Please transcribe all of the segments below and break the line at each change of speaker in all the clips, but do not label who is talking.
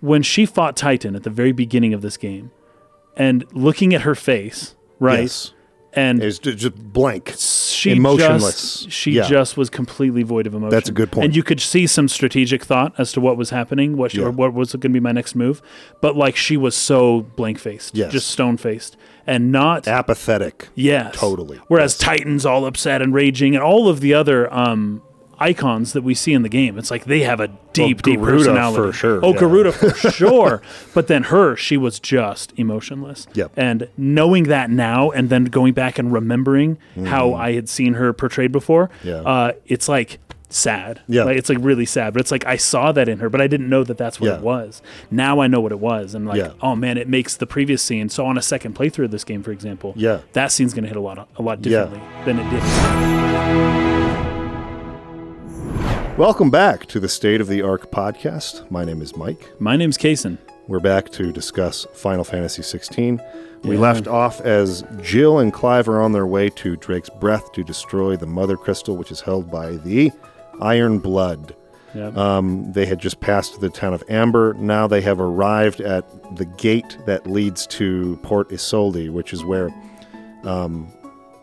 when she fought Titan at the very beginning of this game, and looking at her face, right,
Yes.
and
It's ju- just blank.
she
emotionless.
Just, she
Yeah.
just was completely void of emotion.
That's a good point.
And you could see some strategic thought as to what was happening, what
Yeah.
or what was going to be my next move. But like she was so blank faced,
Yes.
just stone faced, and not
Apathetic.
Yes.
Totally.
Whereas Titan's all upset and raging, and all of the other um, icons that we see in the game, it's like they have a deep, deep
Oh, Garuda
personality.
for sure,
Oh,
yeah.
Garuda for sure. But then her, she was just emotionless.
Yep.
And knowing that now, and then going back and remembering how I had seen her portrayed before,
Mm-hmm. Yeah.
uh, it's like sad.
Yeah.
Like, it's like really sad. But it's like I saw that in her, but I didn't know that that's what
Yeah.
it was. Now I know what it was, and like,
Yeah.
oh man, it makes the previous scene. So on a second playthrough of this game, for example,
Yeah.
that scene's going to hit a lot a lot
Yeah.
differently than it did.
Welcome back to the State of the Arc podcast. My name is Mike.
My name's Kason.
We're back to discuss Final Fantasy XVI. We left off as Jill and Clive are on their way to Drake's Breath to destroy the Mother Crystal, which is held by the Iron Blood.
Yeah.
Um, they had just passed the town of Amber. Now they have arrived at the gate that leads to Port Isolde, which is where um,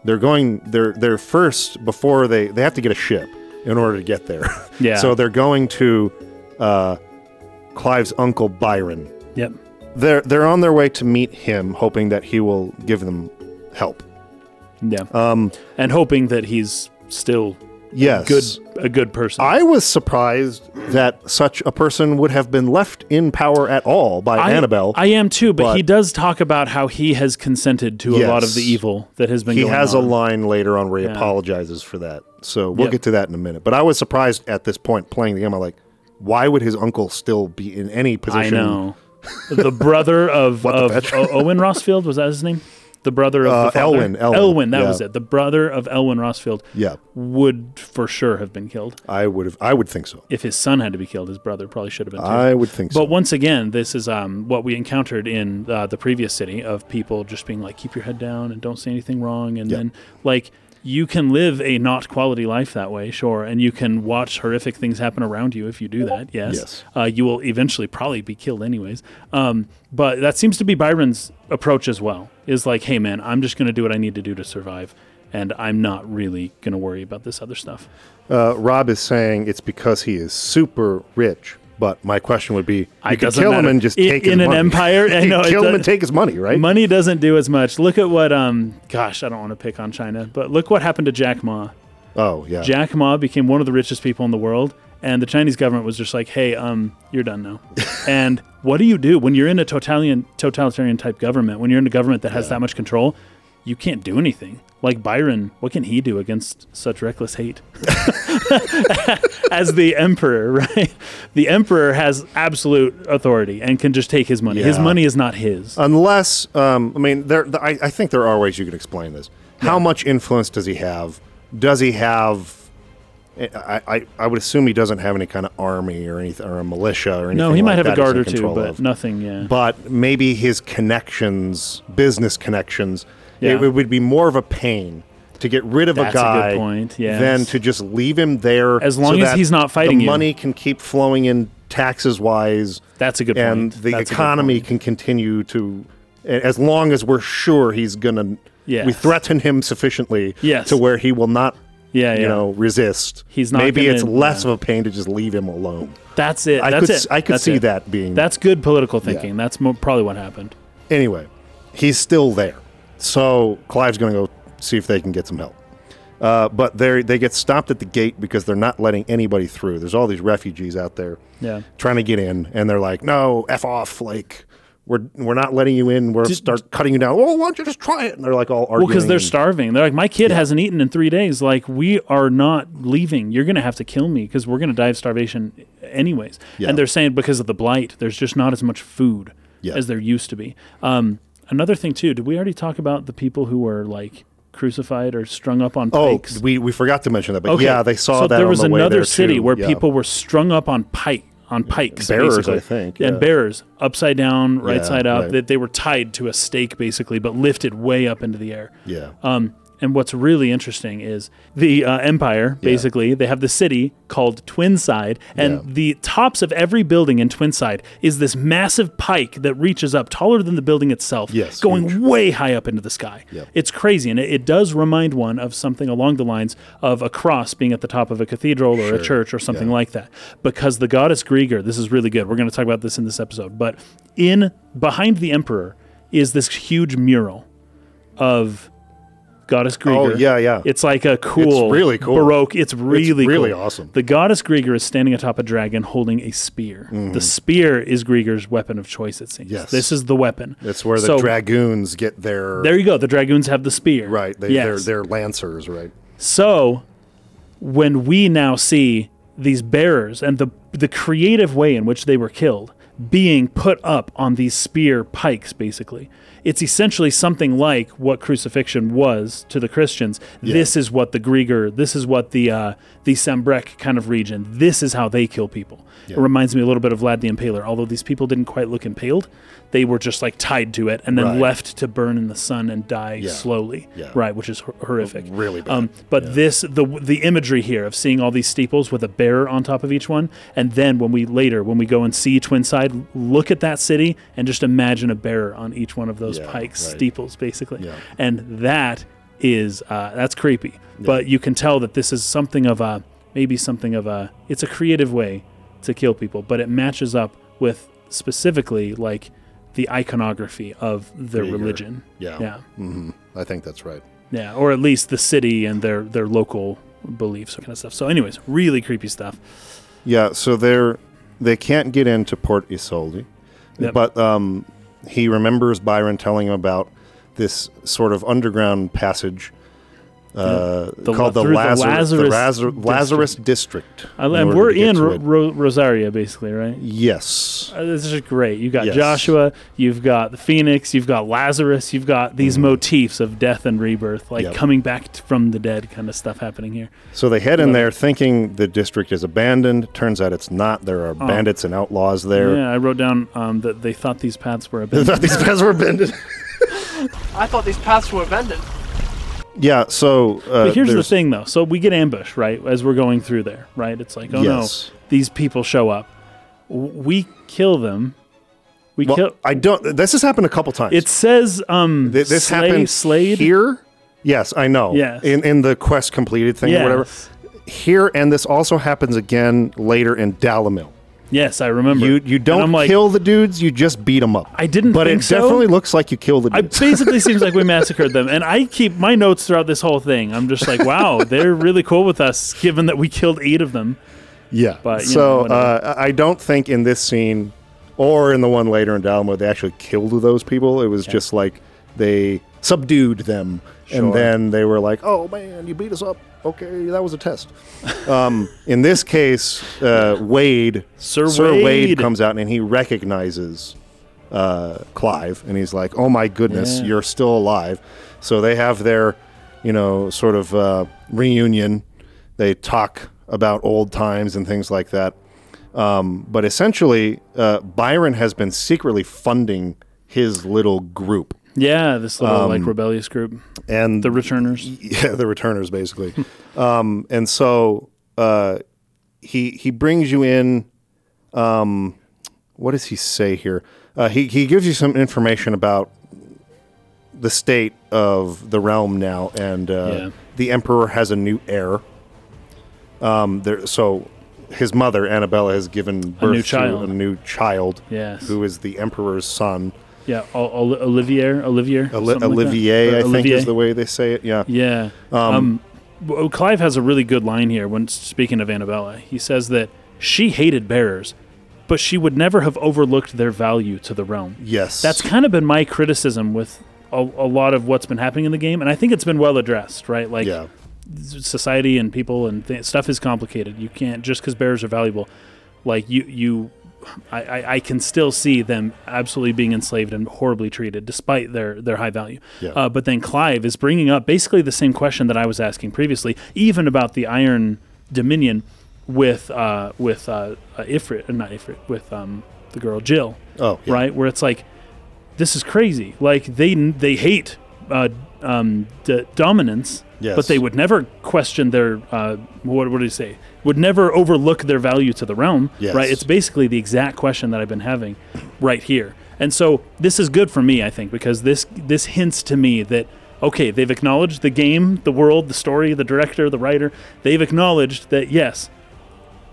they're going. They're they're first before they they have to get a ship in order to get there.
Yeah.
so they're going to uh, Clive's uncle Byron.
yep.
They're they're on their way to meet him, hoping that he will give them help.
Yeah. Um, and hoping that he's still
Yes.
good a good person.
I was surprised that such a person would have been left in power at all by
I-
Annabelle.
I am too, but,
but-
he does talk about how he has consented to a lot of
Yes.
the evil that has been
he
going
has
on.
a line later on where he
Yeah.
apologizes for that. So we'll
Yep.
get to that in a minute. But I was surprised at this point playing the game. I'm like, why would his uncle still be in any position?
I know. the brother of, of
fetch?
O- Owen Rossfield, was that his name? The brother of
Uh,
the father?
Elwyn, Elwyn,
that
yeah.
was it. The brother of Elwyn Rossfield
Yeah,
would for sure have been killed.
I would have. I would think so.
If his son had to be killed, his brother probably should have been too.
I would think
But
so.
once again, this is um, what we encountered in uh, the previous city of people just being like, keep your head down and don't say anything wrong. And
Yeah.
then, like, you can live a not quality life that way, sure. And you can watch horrific things happen around you if you do that, yes.
Yes.
Uh, you will eventually probably be killed, anyways. Um, but that seems to be Byron's approach as well is like, hey, man, I'm just going to do what I need to do to survive. And I'm not really going to worry about this other stuff.
Uh, Rob is saying it's because he is super rich. But my question would be,
I-
you could
doesn't
kill him
matter.
and just
I-
take his
in an
money.
empire, I
You
know, it
kill him
does-
and take his money, right?
Money doesn't do as much. Look at what um gosh, I don't want to pick on China, but look what happened to Jack Ma.
Oh yeah,
Jack Ma became one of the richest people in the world and the Chinese government was just like, "Hey, um you're done now." and what do you do when you're in a totalitarian totalitarian type government? When you're in a government that has that much control, you can't do anything. Like Byron, what can he do against such reckless hate? As the emperor, right? The emperor has absolute authority and can just take his money. His
Yeah.
money is not his.
unless um, I mean, there. I, I think there are ways you could explain this. How much influence does he have? Does he have? I, I, I would assume he doesn't have any kind of army or anything or a militia or anything.
No, he
like
might have
that
a
he's
guard
in
or two,
control
but
of.
nothing. Yeah,
But maybe his connections, business connections,
Yeah.
it, would- would be more of a pain to get rid of
That's
a
a good
guy
point, yes.
than to just leave him there.
As long
so
as
that
he's not fighting
the
you.
money can keep flowing in taxes wise
that's a good
and
point.
the
That's a good
economy
point.
can continue to a- as long as we're sure he's gonna
Yes.
we threaten him sufficiently
Yes.
to where he will not
Yeah, yeah.
you know resist
He's not
maybe
gonna-
it's less
yeah.
of a pain to just leave him alone
That's it.
i
That's
could
it.
s- i could
That's
see
it.
that being
That's good political thinking. That's mo- probably what happened.
anyway he's still there so clive's gonna go see if they can get some help uh, but they they get stopped at the gate because they're not letting anybody through there's all these refugees out there
Yeah.
trying to get in, and they're like, "No, f off! Like, we're we're not letting you in. We'll start cutting you down. Well, why don't you just try it?" And they're like all arguing.
Well, because they're
and-
starving. They're like, my kid hasn't eaten in three days. Like, we are not leaving. You're gonna have to kill me because we're gonna die of starvation, anyways.
Yeah.
And they're saying because of the blight, there's just not as much food
Yeah.
as there used to be. Um, another thing too. Did we already talk about the people who were like crucified or strung up on
Oh,
pikes?
we, we forgot to mention that, but
Okay.
yeah, they saw
so
that.
there
on
was
the way
another
there,
city
too.
where
Yeah.
people were strung up on pike on pikes,
Bearers,
basically.
I think, yeah.
and bearers upside down, right
Yeah,
side up.
right.
That they were tied to a stake, basically, but lifted way up into the air.
Yeah,
Um, And what's really interesting is the uh, empire, basically, they have the city called Twinside, and
Yeah.
the tops of every building in Twinside is this massive pike that reaches up taller than the building itself,
Yes,
going way high up into the sky.
Yep.
It's crazy, and it, it does remind one of something along the lines of a cross being at the top of a cathedral or a church or something like that. Because the goddess Grieger, this is really good. We're going to talk about this in this episode, but in behind the emperor is this huge mural of goddess Grieger.
Oh, yeah, yeah.
It's like a cool,
really cool.
baroque. It's really,
really
cool.
awesome.
The goddess Grieger is standing atop a dragon holding a spear. The spear is Grieger's weapon of choice. It seems.
Mm-hmm. Yes.
this is the weapon.
That's where the
So-
dragoons get their
There you go. The dragoons have the spear.
right. They,
yes.
They're they're lancers, right?
So when we now see these bearers and the the creative way in which they were killed being put up on these spear pikes basically it's essentially something like what crucifixion was to the christians this is what the grieger this is what the uh, the sambrek kind of region this is how they kill people it reminds me a little bit of vlad the impaler although these people didn't quite look impaled they were just like tied to it and then
Right.
left to burn in the sun and die slowly
Yeah.
right which is hor- horrific
Really bad.
um, but this the the imagery here of seeing all these steeples with a bearer on top of each one, and then when we later when we go and see Twinside, look at that city and just imagine a bearer on each one of those
Yeah,
pikes
right.
steeples, basically.
Yeah.
And that is uh, that's creepy, but you can tell that this is something of a maybe something of a it's a creative way to kill people, but it matches up with specifically like the iconography of their
Grieger.
religion.
Yeah.
Yeah.
I think that's right.
Yeah, or at least the city and their their local beliefs kind of stuff. So, anyways, really creepy stuff.
Yeah, so they're they can't get into Port Isolde,
Yep.
but um, he remembers Byron telling him about this sort of underground passage uh,
The-
called the,
through the
Lazarus, the
Lazarus
Lazar- Lazarus District.
I,
in
and
order
we're
to get
in
to
Ro-
it.
Ro- Rosaria, basically, right?
yes,
Uh, This is great. You got
Yes.
Joshua, you've got the Phoenix, you've got Lazarus, you've got these motifs of death and rebirth, like
Mm-hmm. Yep.
coming back t- from the dead, kind of stuff happening here.
so they head in there thinking the district is abandoned. Turns out it's not. There are bandits and outlaws there.
Oh. Yeah, I wrote down um, that they thought these paths were
I
abandoned.
thought these guys were abandoned.
I thought these paths were abandoned.
yeah, so uh,
But here's the
there's-
thing, though. So we get ambush, right, as we're going through there, right? It's like, oh
Yes.
no, these people show up. W- We kill them. We
Well,
kill.
I don't. This has happened a couple times.
It says um
Th- this
Slay-
happened
Slade.
here. Yes, I know.
Yes.
In in the quest completed thing
Yes.
or whatever. Here and this also happens again later in Dalamil.
Yes, I remember.
You you
And I'm
don't
like,
kill the dudes, you just beat them up.
I didn't
But
think
it
so.
definitely looks like you kill the
It
dudes.
basically seems like we massacred them, and I keep my notes throughout this whole thing. I'm just like, wow, they're really cool with us, given that we killed eight of them.
yeah.
but, you know,
so
whatever.
uh, I I don't think in this scene or in the one later in Dalamil they actually killed those people. It was just like they subdued them
Sure.
and then they were like, "Oh man, you beat us up." Okay, that was a test. Um, in this case, uh, Wade
Sir
Wade.
Wade.
comes out and he recognizes uh, Clive, and he's like, "Oh my goodness,
Yeah.
you're still alive!" So they have their, you know, sort of uh, reunion. They talk about old times and things like that. Um, but essentially, uh, Byron has been secretly funding his little group,
Yeah, this little
Um,
like rebellious group,
and
the returners.
yeah, the returners basically. um, and so uh, he he brings you in. Um, what does he say here? Uh, he he gives you some information about the state of the realm now, and uh,
Yeah.
the emperor has a new heir. Um, there, so his mother Annabella has given birth to
child.
a new child,
Yes.
who is the emperor's son.
Yeah, Ol- Ol- Olivier, Olivier,
Oli-
something like that?
Olivier,
Or
I think,
Olivier.
is the way they say it. Yeah,
Yeah. Um, w Clive has a really good line here when speaking of Annabella. He says that she hated bearers, but she would never have overlooked their value to the realm.
yes,
That's kind of been my criticism with a, a lot of what's been happening in the game, and I think it's been well addressed, right? Like,
yeah.
s- society and people and th- stuff is complicated. You can't just because bears are valuable, like you you. I, I, I can still see them absolutely being enslaved and horribly treated, despite their their high value.
Yeah.
Uh, but then Clive is bringing up basically the same question that I was asking previously, even about the Iron Dominion with uh, with uh, uh, Ifrit, uh, not Ifrit, with um, the girl Jill
Oh, yeah.
right? Where it's like, this is crazy. Like they they hate uh, um, d- dominance,
Yes.
but they would never question their uh, what would you say? Would never overlook their value to the realm,
Yes.
right? It's basically the exact question that I've been having right here, and so this is good for me, I think, because this this hints to me that okay, they've acknowledged the game, the world, the story, the director, the writer. They've acknowledged that yes,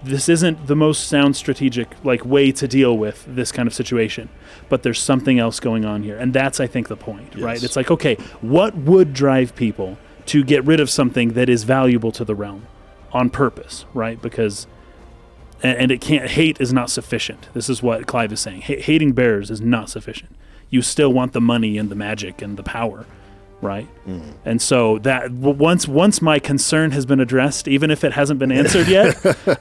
this isn't the most sound strategic like way to deal with this kind of situation but there's something else going on here and that's i think the point right
Yes.
it's like okay what would drive people to get rid of something that is valuable to the realm on purpose right because and, and it can't hate is not sufficient this is what clive is saying ha- hating bears is not sufficient you still want the money and the magic and the power right
Mm-hmm.
and so that w- once once my concern has been addressed even if it hasn't been answered yet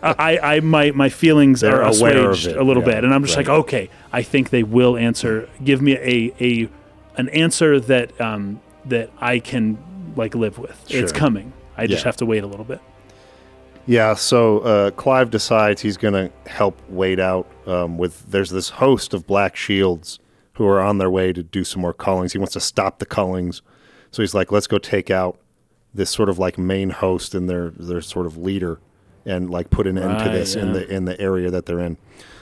I, I my my feelings
They're
are
aware of
assuaged
it,
a little
yeah,
bit and i'm just
right.
like okay i think they will answer give me a a an answer that um that i can like live with it's
Sure.
coming i just
Yeah.
have to wait a little bit
Yeah, so uh, Clive decides he's going to help Wade out um, with. There's this host of Black Shields who are on their way to do some more callings. He wants to stop the callings, so he's like, "Let's go take out this sort of like main host and their their sort of leader, and like put an end to
Right,
this in
yeah.
the in the area that they're in."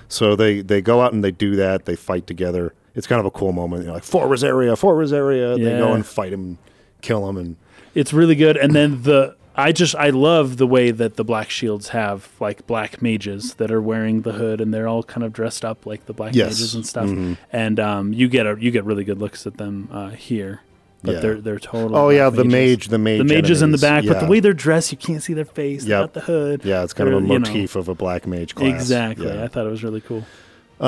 So they they go out and they do that. They fight together. It's kind of a cool moment. You're like, "For Rosaria, for Rosaria." They go
Yeah.
and fight him, kill him, and
it's really good and then the i just i love the way that the black shields have like black mages that are wearing the hood and they're all kind of dressed up like the black
Yes. Mm-hmm.
mages and stuff and um, you get a, you get really good looks at them uh, here but
Yeah.
they're they're total
oh yeah,
black
the
mages.
mage, the mage,
the mage is in the back,
enemies.
but
Yeah.
the way they're dressed, you can't see their face.
Yep.
They've got the hood.
Yeah, it's kind of a
They're, Uh, you know,
motif of a black mage class.
Exactly.
Yeah.
I thought it was really cool.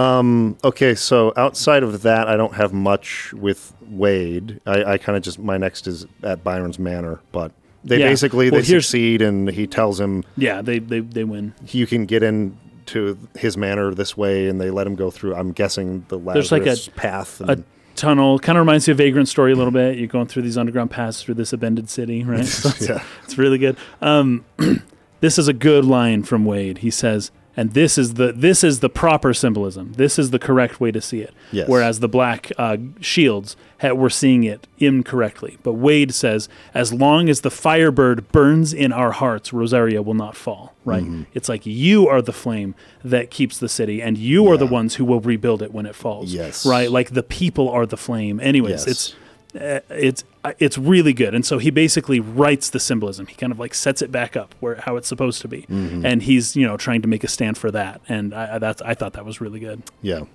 Okay, so outside of that, I don't have much with Wade. I, I kind of just my next is at Byron's Manor, but they
Yeah.
basically
Well,
they
here's-
succeed, and he tells him
Yeah, they they, they win.
you can get in to his manor this way, and they let him go through. I'm guessing the Lazarus
There's like a-
path.
A
And,
tunnel kind of reminds you of Vagrant Story a little bit. You're going through these underground paths through this abandoned city, right? So it's,
Yeah.
it's really good. Um, this is a good line from Wade. He says, "And this is the this is the proper symbolism. This is the correct way to see it."
Yes.
Whereas the black uh, shields ha- were seeing it incorrectly. But Wade says, "As long as the firebird burns in our hearts, Rosaria will not fall." Right?
Mm-hmm.
It's like you are the flame that keeps the city, and you are the
Yeah.
ones who will rebuild it when it falls.
Yes.
Right? Like the people are the flame. Anyways,
Yes.
it's uh, it's uh, it's really good. And so he basically writes the symbolism. He kind of like sets it back up where how it's supposed to be,
Mm-hmm.
and he's you know trying to make a stand for that. And I, I- that's I thought that was really good.
Yeah.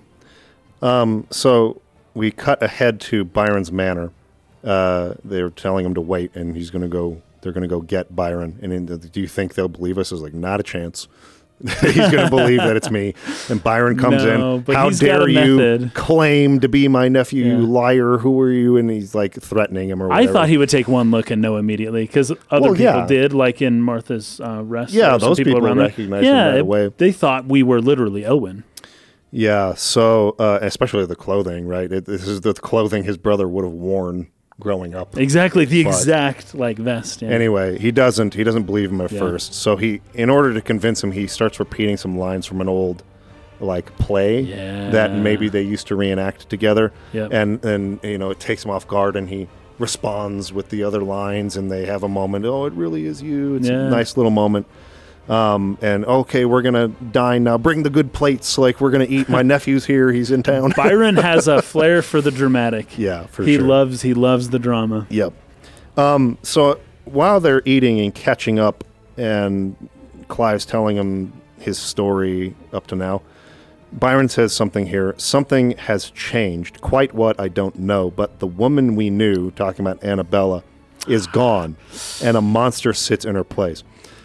Um, so we cut ahead to Byron's manor. Uh, they're telling him to wait, and he's going to go. They're going to go get Byron. And in the, do you think they'll believe us? Is like not a chance. he's going to believe that it's me. And Byron comes
No,
in.
but
How
he's got
dare
a
you
method."
claim to be my nephew,
Yeah.
you liar? Who are you? And he's like threatening him or
I
whatever.
thought he would take one look and know immediately because other
Well,
people
yeah.
did, like in Martha's uh, rest.
Yeah,
there were some
those people
around there.
recognized him
yeah,
right
it-
away.
They thought we were literally Elwin.
Yeah. So uh, especially the clothing, right? It, this is the clothing his brother would have worn growing up.
Exactly the
But-
exact like vest. Yeah.
Anyway, he doesn't. He doesn't believe him at
Yeah.
first. So he, in order to convince him, he starts repeating some lines from an old, like play that
Yeah.
maybe they used to reenact together.
Yep.
And and you know it takes him off guard, and he responds with the other lines, and they have a moment. Oh, it really is you. It's a
Yeah.
nice little moment. Um, and okay, we're gonna dine now. Bring the good plates. Like we're gonna eat. My nephew's here. He's in town.
Byron has a flair for the dramatic.
Yeah, for
he
sure.
loves he loves the drama.
Yep. Um, so while they're eating and catching up, and Clive's telling him his story up to now, Byron says something here. Something has changed. Quite what, I don't know, but the woman we knew, talking about Annabella, is gone, and a monster sits in her place.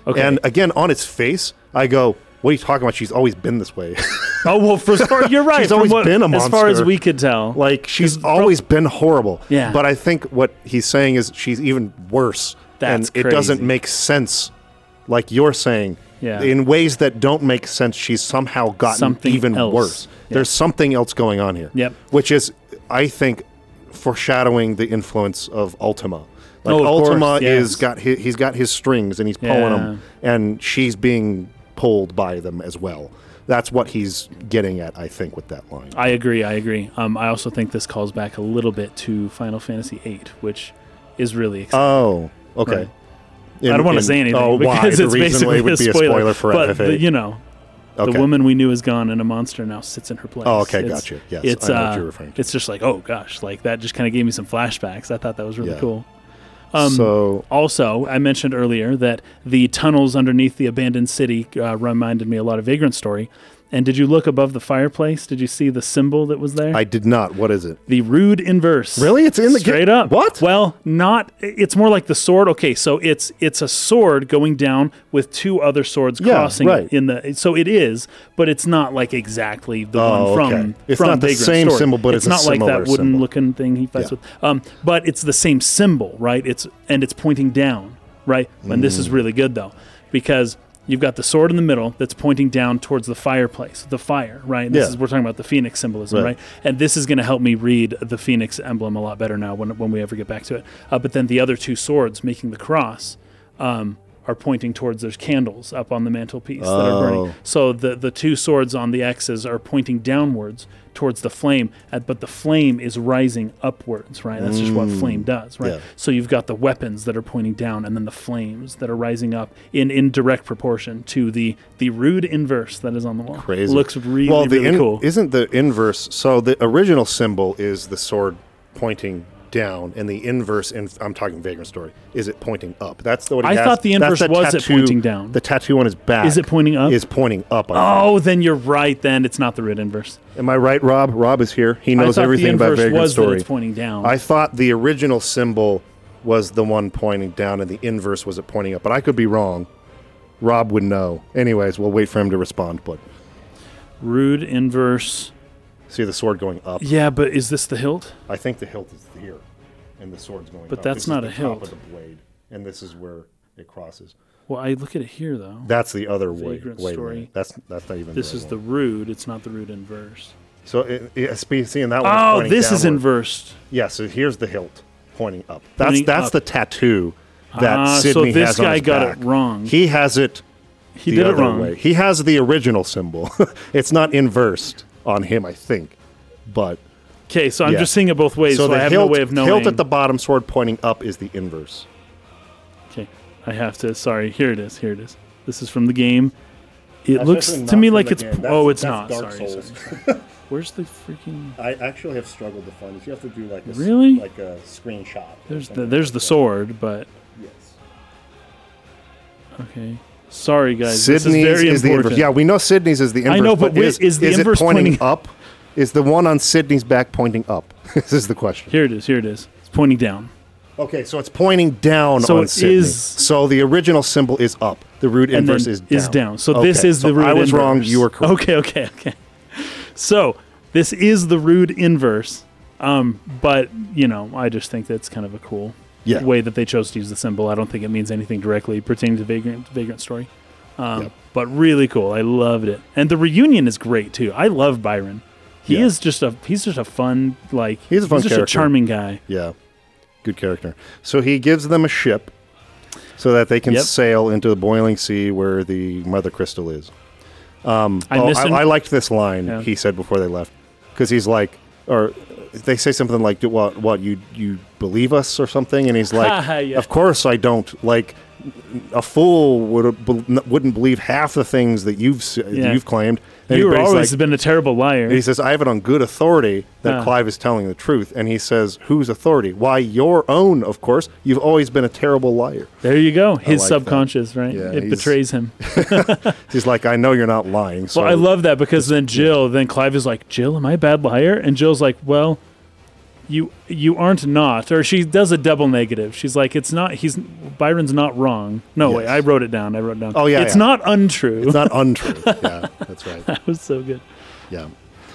Okay.
And again, on its face, I go, What are you talking about? She's alys been this way.
Oh well, for as far you're right.
She's
from
always
what-
been a
As far as
monster.
we could tell,
Like she's
'Cause prob-
always been horrible.
Yeah.
But I think what he's saying is she's even worse.
That's
and it doesn't
crazy.
make sense. Like you're saying.
Yeah.
In ways that don't make sense, she's somehow gotten
Something
even
else.
worse.
Yeah.
There's something else going on here.
Yep.
Which is I think foreshadowing the influence of Ultima. Like
Oh, of
Ultima
course,
is
yes.
got his, he's got his strings and he's pulling
Yeah.
them and she's being pulled by them as well. That's what he's getting at, I think, with that line.
I agree. I agree. Um, I also think this calls back a little bit to Final Fantasy VIII, which is really exciting.
Oh, okay.
Right. I don't want to say anything
Oh, why?
because
the
it's
reason why
basically
it would
a
be
spoiler,
a spoiler for
but
FFA.
the- you know,
okay.
the woman we knew is gone, and a monster now sits in her place.
Oh, okay,
It's-
gotcha. Yes,
it's
I know
uh,
what you're referring to.
it's just like oh gosh, like that just kind of gave me some flashbacks. I thought that was really
Yeah.
cool. Um,
so
also, I mentioned earlier that the tunnels underneath the abandoned city uh, reminded me a lot of Vagrant Story. And did you look above the fireplace? Did you see the symbol that was there?
I did not. What is it?
the rude inverse.
Really? It's in the ga-
straight up.
What?
Well, not. It's more like the sword. Okay, so it's it's a sword going down with two other swords
Yeah,
crossing
right.
in the. So it is, but it's not like exactly the one
Oh,
from.
okay. It's
from
not the
Vagrant
same
Story.
symbol, but it's a
not like
similar
that wooden
symbol.
looking thing he fights
Yeah.
with. Um, but it's the same symbol, right? It's and it's pointing down, right? And this
Mm.
is really good though, because. You've got the sword in the middle that's pointing down towards the fireplace, the fire, right? This
Yeah.
is we're talking about the phoenix symbolism,
Right.
right? And this is going to help me read the phoenix emblem a lot better now when, when we ever get back to it. Uh, but then the other two swords making the cross um, are pointing towards there's candles up on the mantelpiece that are
Oh.
burning. So the, the two swords on the X's are pointing downwards towards the flame, uh, but the flame is rising upwards, right? That's just what flame does, right?
Mm. yeah.
So you've got the weapons that are pointing down, and then the flames that are rising up in, in direct proportion to the the rude inverse that is on the wall.
Crazy.
Looks really
well, the
really
in-
cool.
Isn't the inverse? So the original symbol is the sword pointing down, and the inverse. In, I'm talking Vagrant Story. Is it pointing up? That's the what he
I
has-
thought the
that's
inverse was it
tattoo-
pointing down.
The tattoo on his back.
Is it pointing up?
Is pointing up. I
Oh, then you're right. Then it's not the root inverse.
think. Am I right, Rob? Rob is here. He
I
knows
thought the
everything about
inverse
Vagrant
was
Story.
that it's pointing down.
I thought the original symbol was the one pointing down and the inverse was it pointing up, but I could be wrong. Rob would know. Anyways, we'll wait for him to respond, but
Rude inverse.
see the sword going up.
Yeah, but is this the hilt?
I think the hilt is here and the sword's going
But
up.
that's
This is
not
the
a
top
hilt.
of the blade and this is where it crosses.
Well, I look at it here though.
That's the other way.
Vagrant
way
story.
around. That's that's not even
This
right
is
one.
the rude. It's not the root inverse.
So it, it, seeing that one is
Oh,
pointing
this is
downward.
inversed.
Yeah, so here's the hilt pointing up. That's
Pointing
that's
up.
the tattoo that
Ah, so
Sydney
this
has on
guy
his
got it
back.
wrong.
He has it
He
the
did it
other
wrong.
way. He has the original symbol. it's not inversed on him, I think. But
Okay, so I'm
Yeah.
just seeing it both ways, so,
so the
I have
hilt,
no way of knowing.
hilt at the bottom, sword pointing up, is the inverse.
Okay, I have to. Sorry, here it is. Here it is. This is from the game. It
That's
looks
definitely
to
not
me
from
like
the
it's.
game. That's-
oh, it's
that's
not.
Dark
Sorry,
Souls.
sorry. Where's the freaking?
I actually have struggled to find it. You have to do like a,
s- Really? like
a screenshot.
There's the there's the sword, but okay. Sorry, guys. this is
Sydney's
very
is, the
important.
inverse. Yeah, we know Sydney's is the inverse.
I know, but wait,
is,
is the inverse
it pointing,
pointing-
up? Is the one on Sydney's back pointing up? this is the question.
Here it is. Here it is. It's pointing down.
Okay, so it's pointing down
So
on
it
Sydney.
is-
so the original symbol is up. The root
And
inverse
then
is down.
So
Okay,
this is
so
the root
I was
inverse.
wrong. You were correct.
Okay, okay, okay. So this is the rude inverse. Um, but you know, I just think that's kind of a cool
Yeah.
way that they chose to use the symbol. I don't think it means anything directly pertaining to vagrant vagrant story. Um,
Yep.
but really cool. I loved it. And the reunion is great too. I love Byron. He
Yeah.
is just a he's just a fun like
He's a fun
just
character.
a charming guy.
Yeah. Good character. So he gives them a ship so that they can
Yep.
sail into the boiling sea where the mother crystal is.
I
oh,
miss
I, I liked this line
Yeah.
he said before they left because he's like, or they say something like, "Do "What? What? You you believe us or something?" And he's like,
Yeah.
"Of course I don't." Like a fool would bel- wouldn't believe half the things that you've s
Yeah.
you've claimed. And
You've
but he's
always
like-
been a terrible liar.
he says, I have it on good authority that
Ah.
Clive is telling the truth. And he says, Whose authority? Why, your own, of course. You've always been a terrible liar.
There you go. His
like that.
subconscious, right?
Yeah,
it
he's-
betrays him.
He's like, I know you're not lying. So
Well, I love that because then Jill, then Clive is like, Jill, am I a bad liar? And Jill's like, well, you you aren't not, or she does a double negative. She's like, it's not. He's Byron's not wrong. No wait,
Yes.
I wrote it down. I wrote it down.
Oh, yeah,
it's
yeah.
not untrue.
It's not untrue. yeah, that's right.
that was so good.
Yeah.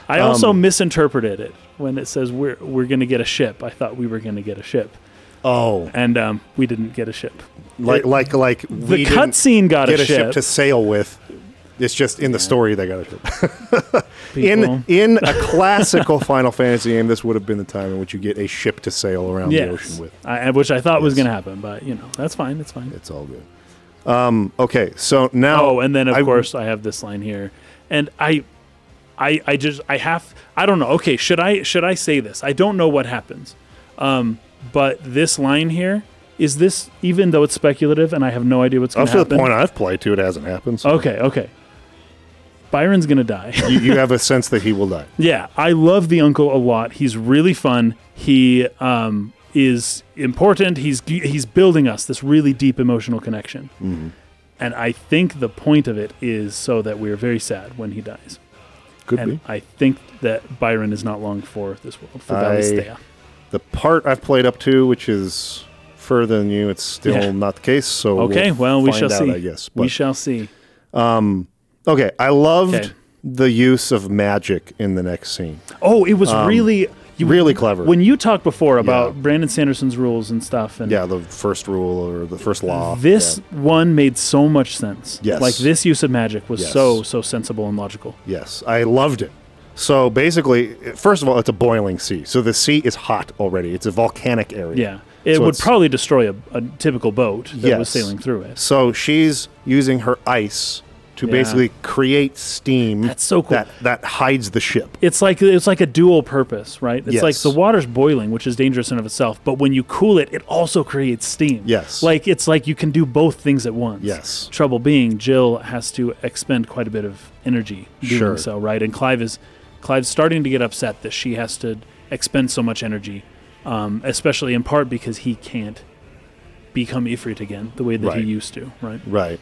I also
Um,
misinterpreted it when it says we're we're gonna get a ship. I thought we were gonna get a ship,
Oh,
and um, we didn't get a ship.
like, like, like, we
The
didn't
cutscene got
get
a ship.
to sail with. It's just in the story they got a ship.
people.
in in a classical Final Fantasy game, this would have been the time in which you get a ship to sail around
yes,
the ocean with.
I, which I thought was
Yes.
gonna happen, but you know that's fine. That's fine.
It's all good. Um, okay, so now.
Oh, and then of
I-
course I have this line here, and I, I, I just I have I don't know. Okay, should I should I say this? I don't know what happens. Um, But this line here is this even though it's speculative and I have no idea what's going to
Up to
happen.
the point I've played to, it hasn't happened. So
okay, okay. Byron's going to die.
you, you have a sense that he will die.
Yeah, I love the uncle a lot. He's really fun. He um, is important. He's he's building us this really deep emotional connection.
Mm-hmm.
And I think the point of it is so that we're very sad when he dies.
Could
and
be.
I think that Byron is not long for this world for
I-
Valistea.
The part I've played up to, which is further than you, it's still
Yeah.
not the case. So
Okay, well we
find
shall
out,
see.
I guess.
we
But-
shall see.
okay, I loved
Okay.
the use of magic in the next scene.
Oh, it was really you,
um, really clever.
When you talked before about
Yeah.
Brandon Sanderson's rules and stuff, and
Yeah, the first rule or the first law.
This one made so much sense.
Yes.
Like this use of magic was
Yes.
so so sensible and logical.
Yeah, yes, I loved it. So basically, first of all, it's a boiling sea. So the sea is hot already. It's a volcanic area.
Yeah. It
So
would
it's-
probably destroy a, a typical boat that was
Yes.
sailing through it.
So she's using her ice to
Yeah.
basically create steam.
That's so cool.
That that hides the ship.
It's like it's like a dual purpose, right? It's like
Yes.
the water's boiling, which is dangerous in of itself, but when you cool it, it also creates steam.
Yes.
Like it's like you can do both things at once.
Yes.
Trouble being, Jill has to expend quite a bit of energy doing
Sure.
so, right? And Clive is Clive's starting to get upset that she has to expend so much energy, um, especially in part because he can't become Ifrit again the way that
Right.
he used to, right?
Right.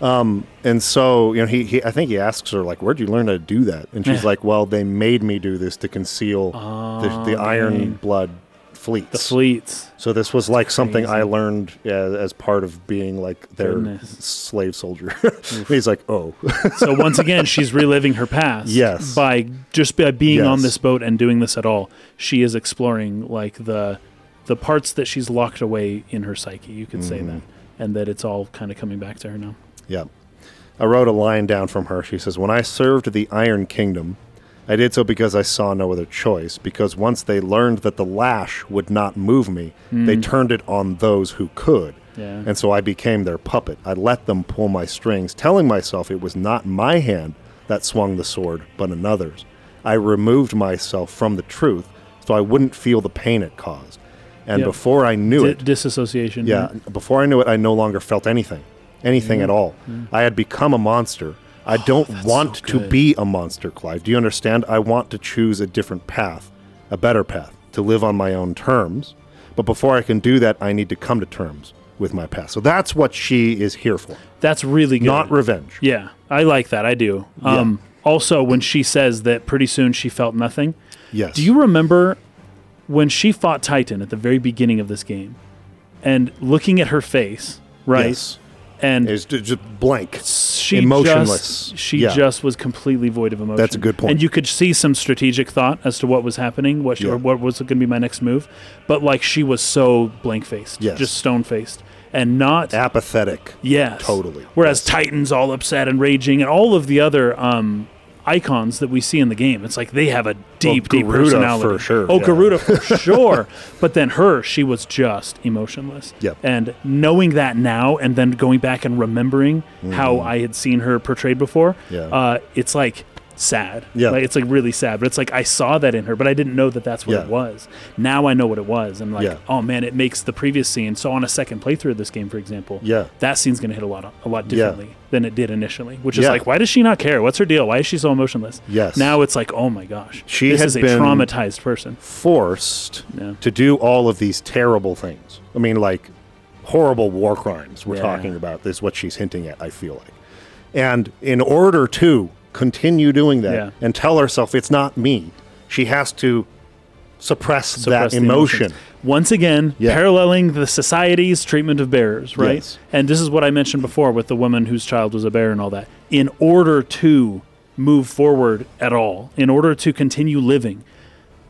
Um, and so you know, he, he I think he asks her like, "Where'd you learn how to do that?" And she's
Yeah.
like, "Well, they made me do this to conceal the, the Iron
dang.
Blood fleets."
Oh, The fleets.
So this was like something I
Crazy.
learned as, as part of being like their
Goodness.
slave soldier. He's like, "Oh,
So once again, she's reliving her past.
Yes.
By just by being on
Yes.
this boat and doing this at all, she is exploring like the the parts that she's locked away in her psyche. You could
Mm-hmm.
say that, and that it's all kind of coming back to her now.
Yeah. I wrote a line down from her. She says, When I served the Iron Kingdom, I did so because I saw no other choice. Because once they learned that the lash would not move me, they turned it on those who could.
Yeah.
And so I became their puppet. I let them pull my strings, telling myself it was not my hand that swung the sword, but another's. I removed myself from the truth so I wouldn't feel the pain it caused. And
Yeah.
before I knew
Di-
it,
disassociation.
yeah. Before I knew it, I no longer felt anything, anything
Mm.
at all. I had become a monster. I don't want
Oh, so
to
good.
be a monster, Clive. Do you understand? I want to choose a different path, a better path, to live on my own terms. But before I can do that, I need to come to terms with my past. So that's what she is here for,
That's really good.
not revenge.
yeah, I like that. I do. Um, Also, when she says that pretty soon she felt nothing,
Yes.
Do you remember when she fought Titan at the very beginning of this game and looking at her face, right?
Yes.
And
It's ju- just blank.
she
emotionless.
Just, she
Yeah.
just was completely void of emotion.
That's a good point.
And you could see some strategic thought as to what was happening, what she,
Yeah.
or what was going to be my next move. But like she was so blank faced,
Yes.
just stone faced, and not
Apathetic.
Yes.
Totally.
Whereas
Yes.
Titan's all upset and raging, and all of the other um, icons that we see in the game, it's like they have a deep, deep
Garuda
personality.
for sure,
Oh,
yeah.
Garuda for sure. But then her, she was just emotionless.
Yep.
And knowing that now, and then going back and remembering how I had seen her portrayed before,
Mm-hmm. Yeah.
uh, it's like sad.
Yeah.
Like, it's like really sad. But it's like I saw that in her, but I didn't know that that's what it
Yeah.
was. Now I know what it was, and like,
Yeah.
oh man, it makes the previous scene. So on a second playthrough of this game, for example,
Yeah.
that scene's going to hit a lot a lot
Yeah.
differently than it did initially, which is
Yeah.
like, why does she not care? What's her deal? Why is she so emotionless?
Yes.
Now it's like, oh my gosh,
She
this
had
is a
been-
traumatized person.
forced
Yeah.
to do all of these terrible things. I mean, like horrible war crimes we're
Yeah.
talking about is what she's hinting at, I feel like. And in order to continue doing that
Yeah.
and tell herself it's not me, she has to suppress,
Suppress
that
the
emotion.
emotions. Once again,
Yeah.
paralleling the society's treatment of bearers, right?
Yes.
And this is what I mentioned before with the woman whose child was a bear and all that. In order to move forward at all, in order to continue living,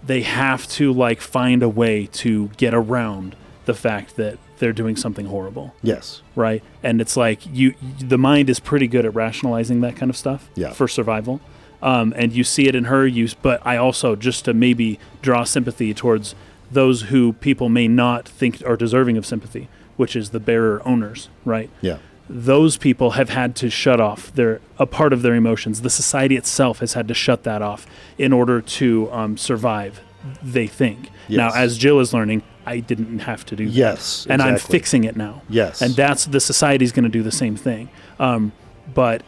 they have to like find a way to get around the fact that they're doing something horrible.
Yes.
right? And it's like you, the mind is pretty good at rationalizing that kind of stuff
Yeah.
for survival. Um, and you see it in her use, but I also just to maybe draw sympathy towards those who people may not think are deserving of sympathy, which is the bearer owners, right?
Yeah.
Those people have had to shut off their a part of their emotions. The society itself has had to shut that off in order to um, survive they think.
Yes.
Now, as Jill is learning, I didn't have to do that.
Yes,
and I'm
exactly.
fixing it now.
Yes.
and that's the society's going to do the same thing. Um, but